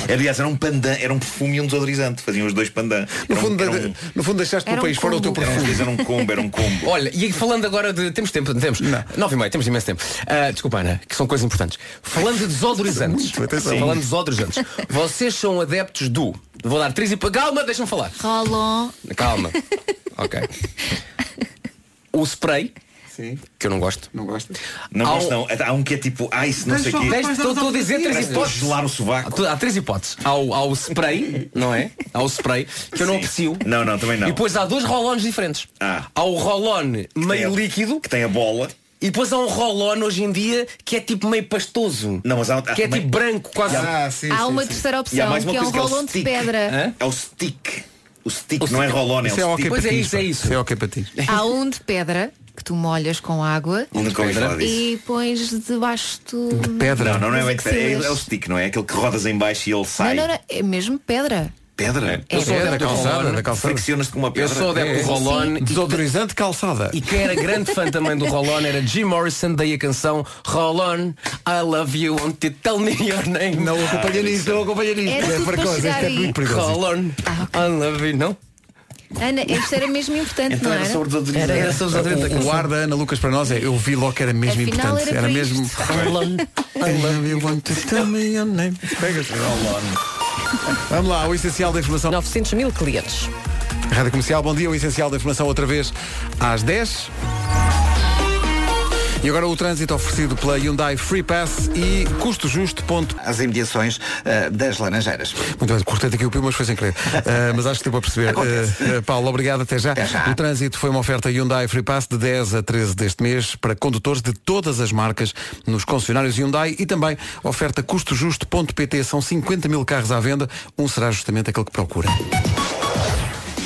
Speaker 10: Era, Aliás, era um pandan, era um perfume e um desodorizante. Faziam os dois pandan.
Speaker 1: No
Speaker 10: Era um-
Speaker 1: fundo,
Speaker 10: era
Speaker 1: da-
Speaker 10: um-
Speaker 1: no fundo deixaste o
Speaker 4: Era um
Speaker 1: país fora o teu
Speaker 4: combo.
Speaker 10: era um-
Speaker 1: perfume.
Speaker 10: era um combo, era um combo.
Speaker 6: Olha, e falando agora de. Temos tempo, temos. Nove e meia, temos imenso tempo. Ah, desculpa, Ana, que são coisas importantes. Falando de desodorizantes.
Speaker 1: Muito, atenção.
Speaker 6: falando de desodorizantes. Vocês são adeptos do. Vou dar três e. Calma, deixa-me falar.
Speaker 4: Rolon,
Speaker 6: Calma. ok. O spray,
Speaker 1: Sim,
Speaker 6: que eu não gosto.
Speaker 1: não gosto.
Speaker 10: Não
Speaker 6: Há
Speaker 10: gosto
Speaker 6: um-
Speaker 10: não. Há um que é tipo ice, não sei o
Speaker 6: Dez-
Speaker 10: quê.
Speaker 6: Estou estou a dizer três
Speaker 10: Parece que Podes
Speaker 6: hipóteses.
Speaker 10: gelar o sovaco.
Speaker 6: Há três hipóteses. Há o, há o spray, não é? Há o spray, que eu não
Speaker 10: Sim.
Speaker 6: aprecio.
Speaker 10: Não, não, também não.
Speaker 6: E depois há dois rolões diferentes.
Speaker 10: Ah.
Speaker 6: Há o rolone meio
Speaker 10: Tem a-
Speaker 6: líquido
Speaker 10: Que tem a bola.
Speaker 6: E depois há um rolon hoje em dia que é tipo meio pastoso.
Speaker 10: Não, ah, mas há- há
Speaker 6: que é
Speaker 10: também-
Speaker 6: tipo branco, quase.
Speaker 1: Ah, sim,
Speaker 4: há
Speaker 1: sim,
Speaker 4: uma
Speaker 1: sim.
Speaker 4: terceira
Speaker 10: E há
Speaker 4: opção
Speaker 10: mais uma
Speaker 4: que é um
Speaker 10: coisa que é o
Speaker 4: rolão de
Speaker 10: stick.
Speaker 4: pedra.
Speaker 6: Hã?
Speaker 10: É o stick. O stick
Speaker 6: O
Speaker 10: não é
Speaker 6: stick.
Speaker 10: rolona,
Speaker 1: Isso é
Speaker 10: é o
Speaker 1: ok
Speaker 10: stick.
Speaker 1: para
Speaker 6: Pois é
Speaker 1: ti.
Speaker 6: isso, é
Speaker 1: pá.
Speaker 6: isso.
Speaker 1: é ok para ti.
Speaker 4: Há um de pedra que tu molhas com água
Speaker 10: Nunca ouvi falar disso.
Speaker 4: e pões debaixo do.
Speaker 1: Pedra.
Speaker 10: Não, não, não é
Speaker 4: Mas
Speaker 10: bem
Speaker 4: que
Speaker 10: pedra. É,
Speaker 4: sejas.
Speaker 10: é o stick, não é? Aquele que rodas em baixo e ele
Speaker 4: Não,
Speaker 10: sai.
Speaker 4: não, não, é mesmo pedra.
Speaker 10: Pedra?
Speaker 4: É.
Speaker 6: sou
Speaker 1: É da
Speaker 6: adepto do
Speaker 1: calçada,
Speaker 6: rolone.
Speaker 1: da calçada.
Speaker 10: Friccionas-te com uma pedra.
Speaker 6: Eu
Speaker 3: É,
Speaker 6: sou adepto do rolon e,
Speaker 1: Desodorizante calçada.
Speaker 6: e quem era grande fã também do rolon era Jim Morrison, daí a canção Rolon, I love you, um won't you tell me your name.
Speaker 1: Não o acompanha nisso,
Speaker 6: Ah,
Speaker 1: não o acompanha nisso.
Speaker 4: Era
Speaker 1: É
Speaker 4: tudo para
Speaker 1: precoce, isto
Speaker 4: chegar
Speaker 1: é
Speaker 4: aí.
Speaker 1: muito perigoso.
Speaker 6: Rolon,
Speaker 4: Ah, ok.
Speaker 6: I love you, não?
Speaker 4: Ana, isto era mesmo importante,
Speaker 10: Então
Speaker 4: não
Speaker 10: era
Speaker 4: era?
Speaker 10: sobre desodorizante.
Speaker 6: Era, era só os adeptos
Speaker 1: O,
Speaker 6: da
Speaker 1: o
Speaker 6: canção.
Speaker 1: ar da Ana Lucas para nós é eu vi logo que era mesmo
Speaker 4: Afinal,
Speaker 1: importante.
Speaker 4: era
Speaker 1: Era,
Speaker 4: para
Speaker 1: mesmo.
Speaker 4: isto.
Speaker 6: Rolon.
Speaker 1: I love you, want to tell me your name. Pega-se. Vamos lá, o essencial da informação.
Speaker 2: 900 mil clientes.
Speaker 1: Rádio Comercial, bom dia, o essencial da informação outra vez às 10. E agora o trânsito oferecido pela Hyundai Free Pass e custo justo. Ponto.
Speaker 3: As imediações ah, das Laranjeiras.
Speaker 1: Muito bem, cortei aqui o pio, mas foi sem querer. Ah, mas acho que deu para perceber. Ah, ah, Paulo, obrigado, até já.
Speaker 3: Até já.
Speaker 1: O trânsito foi uma oferta Hyundai Free Pass de 10 a 13 deste mês para condutores de todas as marcas nos concessionários Hyundai e também oferta custojusto.pt. São 50 mil carros à venda, um será justamente aquele que procura.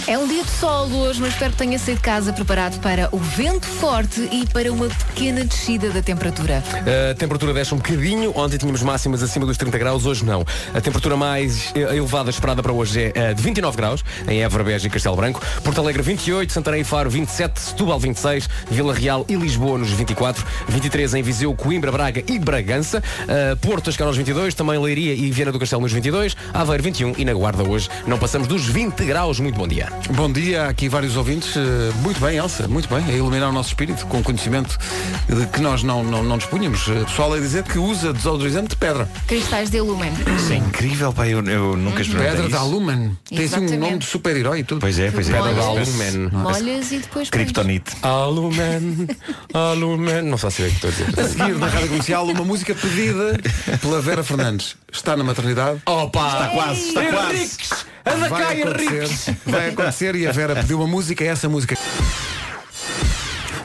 Speaker 4: É um dia de sol hoje, mas espero que tenha saído de casa preparado para o vento forte e para uma pequena descida da temperatura.
Speaker 6: A temperatura desce um bocadinho. Ontem tínhamos máximas acima dos 30 graus, hoje não. A temperatura mais eh, elevada esperada para hoje é eh, de 29 graus, em Évora, Beja e Castelo Branco. Porto Alegre 28, Santarém e Faro 27, Setúbal 26, Vila Real e Lisboa nos 24, 23 em Viseu, Coimbra, Braga e Bragança, eh, Porto a chegar aos 22, também Leiria e Viana do Castelo nos 22, Aveiro 21 e na Guarda hoje não passamos dos 20 graus. Muito bom dia.
Speaker 1: Bom dia, aqui vários ouvintes. Eh, Muito bem, Elsa, muito bem. A iluminar o nosso espírito com conhecimento de que nós não, não, não dispunhamos. Eh, Pessoal a dizer que usa desodorizante de pedra.
Speaker 4: Cristais de lumen.
Speaker 10: Isso é incrível, pá. Eu, eu nunca experimentei
Speaker 1: pedra da
Speaker 10: isso.
Speaker 1: Lumen. Tem assim um
Speaker 4: Exatamente.
Speaker 1: nome de super-herói e tudo.
Speaker 10: Pois é, pois é.
Speaker 6: Pedra da
Speaker 4: Molhas,
Speaker 6: lumen.
Speaker 4: molhas e depois pões.
Speaker 10: Kryptonite.
Speaker 6: Alumen, alumen. Não faço ideia do que estou a dizer.
Speaker 1: A seguir, na Rádio Comercial, uma música pedida pela Vera Fernandes. Está na maternidade.
Speaker 6: Opa!
Speaker 10: Está quase, está quase.
Speaker 6: Henriques! Anda cá,
Speaker 1: Vai
Speaker 6: Henriques!
Speaker 1: acontecer, vai acontecer e a Vera pediu uma música, é essa música.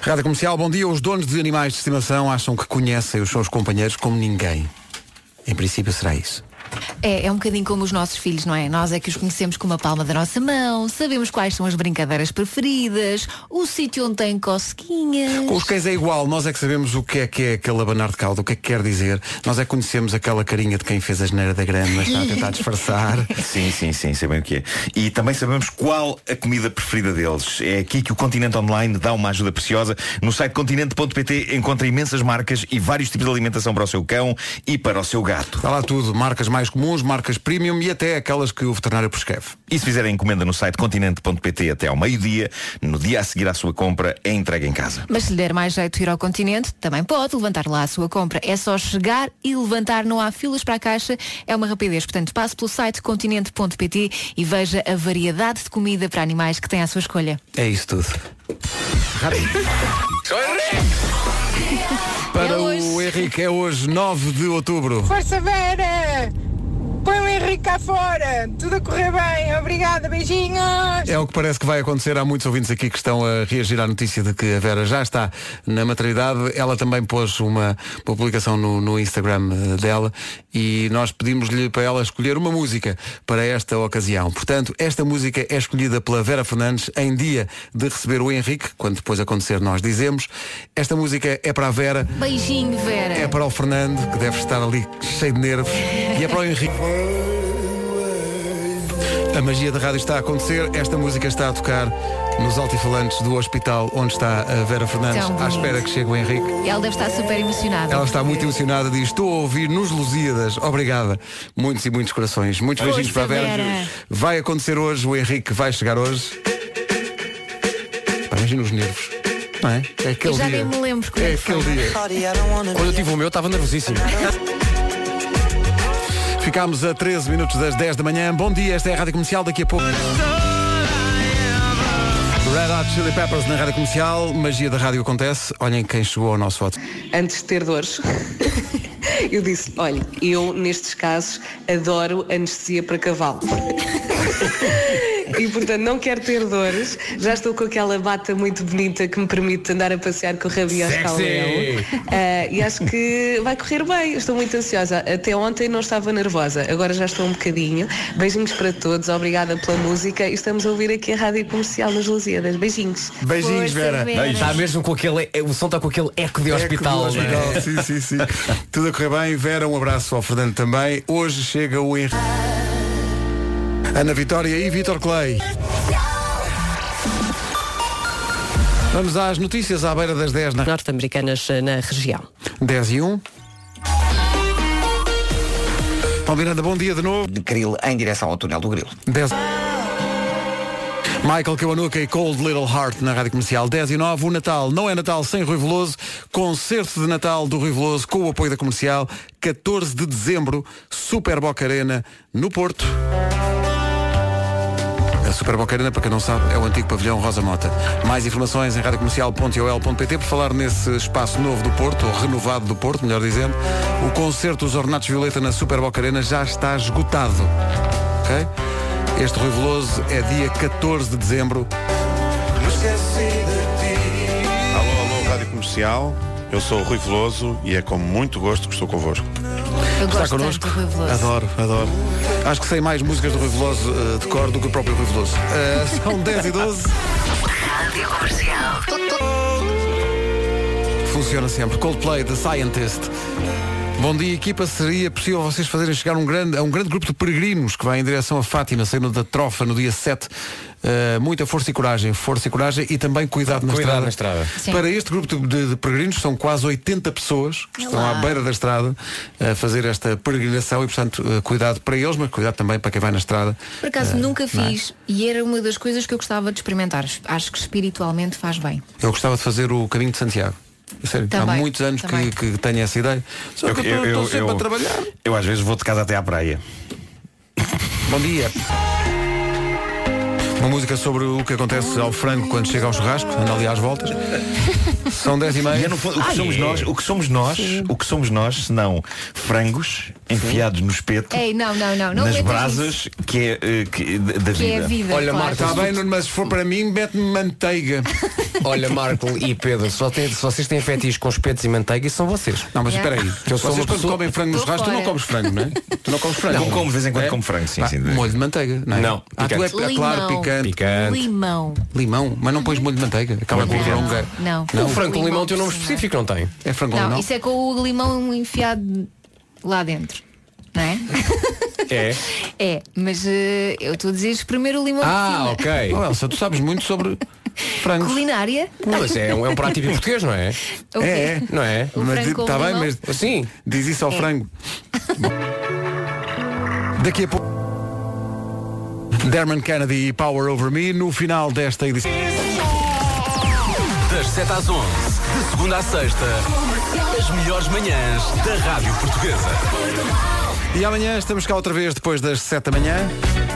Speaker 1: Rádio Comercial, bom dia. Os donos de animais de estimação acham que conhecem os seus companheiros como ninguém. Em princípio será isso.
Speaker 4: É, é um bocadinho como os nossos filhos, não é? Nós é que os conhecemos com uma palma da nossa mão, sabemos quais são as brincadeiras preferidas, o sítio onde tem cosquinhas.
Speaker 1: Com os cães é igual, nós é que sabemos o que é que é aquele abanar de caldo, o que é que quer dizer. Nós é que conhecemos aquela carinha de quem fez a geneira da grama, mas está a tentar disfarçar.
Speaker 10: Sim, sim, sim, sabem o que é. E também sabemos qual a comida preferida deles. É aqui que o Continente Online dá uma ajuda preciosa. No site continente.pt encontra imensas marcas e vários tipos de alimentação para o seu cão e para o seu gato.
Speaker 1: Está lá tudo, marcas mais comuns, comuns, marcas premium e até aquelas que o veterinário prescreve.
Speaker 10: E se fizer a encomenda no site continente.pt até ao meio-dia, no dia a seguir à sua compra, é entregue em casa.
Speaker 4: Mas se lhe der mais jeito ir ao continente, também pode levantar lá a sua compra. É só chegar e levantar, não há filas para a caixa, é uma rapidez. Portanto, passe pelo site continente.pt e veja a variedade de comida para animais que tem à sua escolha.
Speaker 1: É isso tudo. Para o Henrique é hoje 9 de outubro.
Speaker 11: Força Vera! Põe o Henrique cá fora! Tudo a correr bem! Obrigada, beijinhos!
Speaker 1: É o que parece que vai acontecer. Há muitos ouvintes aqui que estão a reagir à notícia de que a Vera já está na maternidade. Ela também pôs uma, uma publicação no, no Instagram eh, dela e nós pedimos-lhe para ela escolher uma música para esta ocasião. Portanto, esta música é escolhida pela Vera Fernandes em dia de receber o Henrique, quando depois acontecer nós dizemos. Esta música é para a Vera,
Speaker 4: Beijinho, Vera!
Speaker 1: é para o Fernando, que deve estar ali cheio de nervos, e é para o Henrique. A magia da rádio está a acontecer. Esta música está a tocar nos altifalantes do hospital onde está a Vera Fernandes,
Speaker 4: Tão
Speaker 1: à
Speaker 4: bonito.
Speaker 1: espera que chegue o Henrique.
Speaker 4: E ela deve estar super emocionada.
Speaker 1: Ela está muito emocionada, diz, estou a ouvir nos Lusíadas. Obrigada. Muitos e muitos corações. Muitos
Speaker 4: Força,
Speaker 1: beijinhos para a Vera.
Speaker 4: Vera.
Speaker 1: Vai acontecer hoje, o Henrique vai chegar hoje. Pá, imagina os nervos. Não é? É aquele
Speaker 4: Eu já
Speaker 1: dia.
Speaker 4: nem me lembro quando
Speaker 1: é
Speaker 4: foi.
Speaker 1: aquele dia.
Speaker 6: Quando eu tive o meu, estava nervosíssimo.
Speaker 1: Ficámos a 13 minutos das 10 da manhã. Bom dia, esta é a Rádio Comercial, daqui a pouco. Red Hot Chili Peppers na Rádio Comercial, magia da rádio acontece. Olhem quem chegou ao nosso WhatsApp.
Speaker 12: antes de ter dores. Eu disse, olha, eu nestes casos adoro anestesia para cavalo. E portanto não quero ter dores, já estou com aquela bata muito bonita que me permite andar a passear com o rabinho ao
Speaker 13: Sexy!
Speaker 12: escalão. Ah, e acho que vai correr bem, estou muito ansiosa. Até ontem não estava nervosa, agora já estou um bocadinho. Beijinhos para todos, obrigada pela música e estamos a ouvir aqui a Rádio Comercial nas Lusíadas. Beijinhos.
Speaker 6: Está Tá mesmo com aquele. é, O som está com aquele eco de
Speaker 1: Eco do
Speaker 6: hospital. não é?
Speaker 1: hospital, Sim, sim, sim. Tudo a correr bem. Vera, um abraço ao Fernando também. Hoje chega o Henrique. Ana Vitória e Vitor Clay. Vamos às notícias à beira das 10 na...
Speaker 2: norte-americanas eh, na região.
Speaker 1: 10 e 1. Paulo Miranda, bom dia de novo.
Speaker 3: De Grilo em direção ao túnel do Grilo.
Speaker 1: 10. Michael Kiwanuka e Cold Little Heart na Rádio Comercial 10 e 9. O Natal não é Natal sem Rui Veloso. Concerto de Natal do Rui Veloso com o apoio da Comercial. 14 de dezembro, Super Boca Arena no Porto. A Super Boca Arena, para quem não sabe, é o antigo pavilhão Rosa Mota. Mais informações em radiocomercial.ol.pt por falar nesse espaço novo do Porto, ou renovado do Porto, melhor dizendo. O concerto dos Ornatos Violeta na Super Boca Arena já está esgotado. Ok? Este Rui Veloso é dia 14 de dezembro.
Speaker 14: Alô, alô, Rádio Comercial. Eu sou o Rui Veloso e é com muito gosto que estou convosco.
Speaker 4: Eu
Speaker 1: Está
Speaker 4: gosto
Speaker 1: connosco?
Speaker 4: tanto do Rui Veloso.
Speaker 1: Adoro, adoro. Acho que sei mais músicas do Rui Veloso eh, de cor do que o próprio Rui Veloso. Eh, são 10 e 12. Funciona sempre. Coldplay, The Scientist. Bom dia, equipa. Seria possível vocês fazerem chegar um grande, a um grande grupo de peregrinos que vai em direção a Fátima, saindo da Trofa no dia 7. Uh, muita força e coragem. Força e coragem e também cuidado na
Speaker 6: Cuidado
Speaker 1: estrada.
Speaker 6: na estrada. Sim.
Speaker 1: Para este grupo de, de- de peregrinos, são quase 80 pessoas que estão à beira da estrada a fazer esta peregrinação e, portanto, uh, cuidado para eles, mas cuidado também para quem vai na estrada.
Speaker 4: Por acaso
Speaker 1: Uh,
Speaker 4: nunca
Speaker 1: não é?
Speaker 4: fiz e era uma das coisas que eu gostava de experimentar. Acho que espiritualmente faz bem.
Speaker 1: Eu gostava de fazer o Caminho de Santiago. A Sério, há
Speaker 4: Também,
Speaker 1: muitos anos que,
Speaker 4: também.
Speaker 1: que tenho essa ideia. Só que eu estou sempre a trabalhar.
Speaker 10: eu às vezes vou de casa até à praia.
Speaker 1: Bom dia. Uma música sobre o que acontece ao frango quando chega ao churrasco, anda ali às voltas. São 10 e meia.
Speaker 10: E é, no fundo, o, que somos nós, o que somos nós, o que somos nós, senão frangos enfiados no espeto,
Speaker 4: Ei, não, não, não, não
Speaker 10: nas
Speaker 4: metas
Speaker 10: brasas,
Speaker 4: isso.
Speaker 10: que é eh, que- da da
Speaker 4: Que é a vida, Olha, claro. Marta,
Speaker 1: está tá bem, Nuno, mas se for para mim, mete-me manteiga.
Speaker 6: Olha, Marco e Pedro, só tem- se vocês têm fetiches com espetos e manteiga, isso são vocês.
Speaker 1: Não, mas
Speaker 4: É.
Speaker 6: Yeah.
Speaker 1: espera aí.
Speaker 6: Que eu sou
Speaker 1: Vocês
Speaker 6: uma
Speaker 1: quando
Speaker 6: pessoa-
Speaker 1: comem frango nos
Speaker 6: Tô
Speaker 1: rastros, tu não
Speaker 6: fora.
Speaker 1: comes frango, não é? Tu não comes frango.
Speaker 10: Não, como de vez em quando como frango, sim,
Speaker 1: Pá,
Speaker 10: sim.
Speaker 1: Molho de manteiga, não é?
Speaker 10: Não,
Speaker 1: Ah, tu é,
Speaker 10: picante.
Speaker 1: é claro,
Speaker 4: Limão.
Speaker 1: picante.
Speaker 4: Limão.
Speaker 1: Limão, mas não pões molho de manteiga. Acaba com
Speaker 4: Não,
Speaker 1: bronca.
Speaker 4: não. O frango com limão tem um nome específico,
Speaker 6: não tem?
Speaker 1: É frango com
Speaker 4: Não,
Speaker 1: limão.
Speaker 4: isso é com o limão enfiado lá dentro. Não é?
Speaker 6: É.
Speaker 4: É, mas eh, eu estou a dizer espremer o limão
Speaker 6: Ah,
Speaker 4: por cima.
Speaker 6: ok.
Speaker 1: Oh, Elsa, tu sabes muito sobre frangos.
Speaker 4: Culinária?
Speaker 6: Não, mas é, um- é um prato típico português, não é?
Speaker 4: O quê?
Speaker 6: É, é. Não é?
Speaker 4: O Mas frango di- com tá bem, limão?
Speaker 1: mas
Speaker 6: Sim.
Speaker 1: diz isso ao frango. Daqui a pouco. Derman Kennedy e Power Over Me no final desta edição.
Speaker 8: Das 7 às 11, de segunda à sexta, as melhores manhãs da Rádio Portuguesa.
Speaker 1: E amanhã estamos cá outra vez depois das 7 da manhã.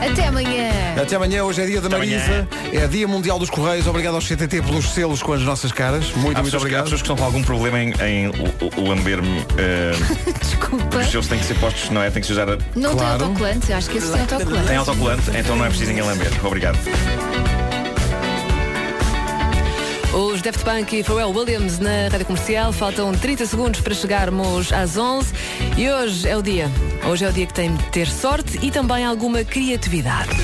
Speaker 4: Até amanhã.
Speaker 1: Até amanhã, hoje é dia da
Speaker 4: Até
Speaker 1: Marisa, é dia mundial dos Correios. Obrigado aos CTT pelos selos com as nossas caras. Muito,
Speaker 10: há
Speaker 1: muito
Speaker 10: pessoas que- há
Speaker 1: obrigado.
Speaker 10: pessoas que estão com algum problema em, em l- lamber-me. eh,
Speaker 4: Desculpa.
Speaker 10: os seus têm que ser postos, não é? Tem que se usar. a-
Speaker 4: Não tem autocolante, eu acho que esse tem autocolante.
Speaker 10: Tem autocolante, então não é preciso ninguém lamber. Obrigado.
Speaker 2: Os Daft Punk e Pharrell Williams na Rádio Comercial. Faltam 30 segundos para chegarmos às 11. E hoje é o dia. Hoje é o dia que tem de ter sorte e também alguma criatividade.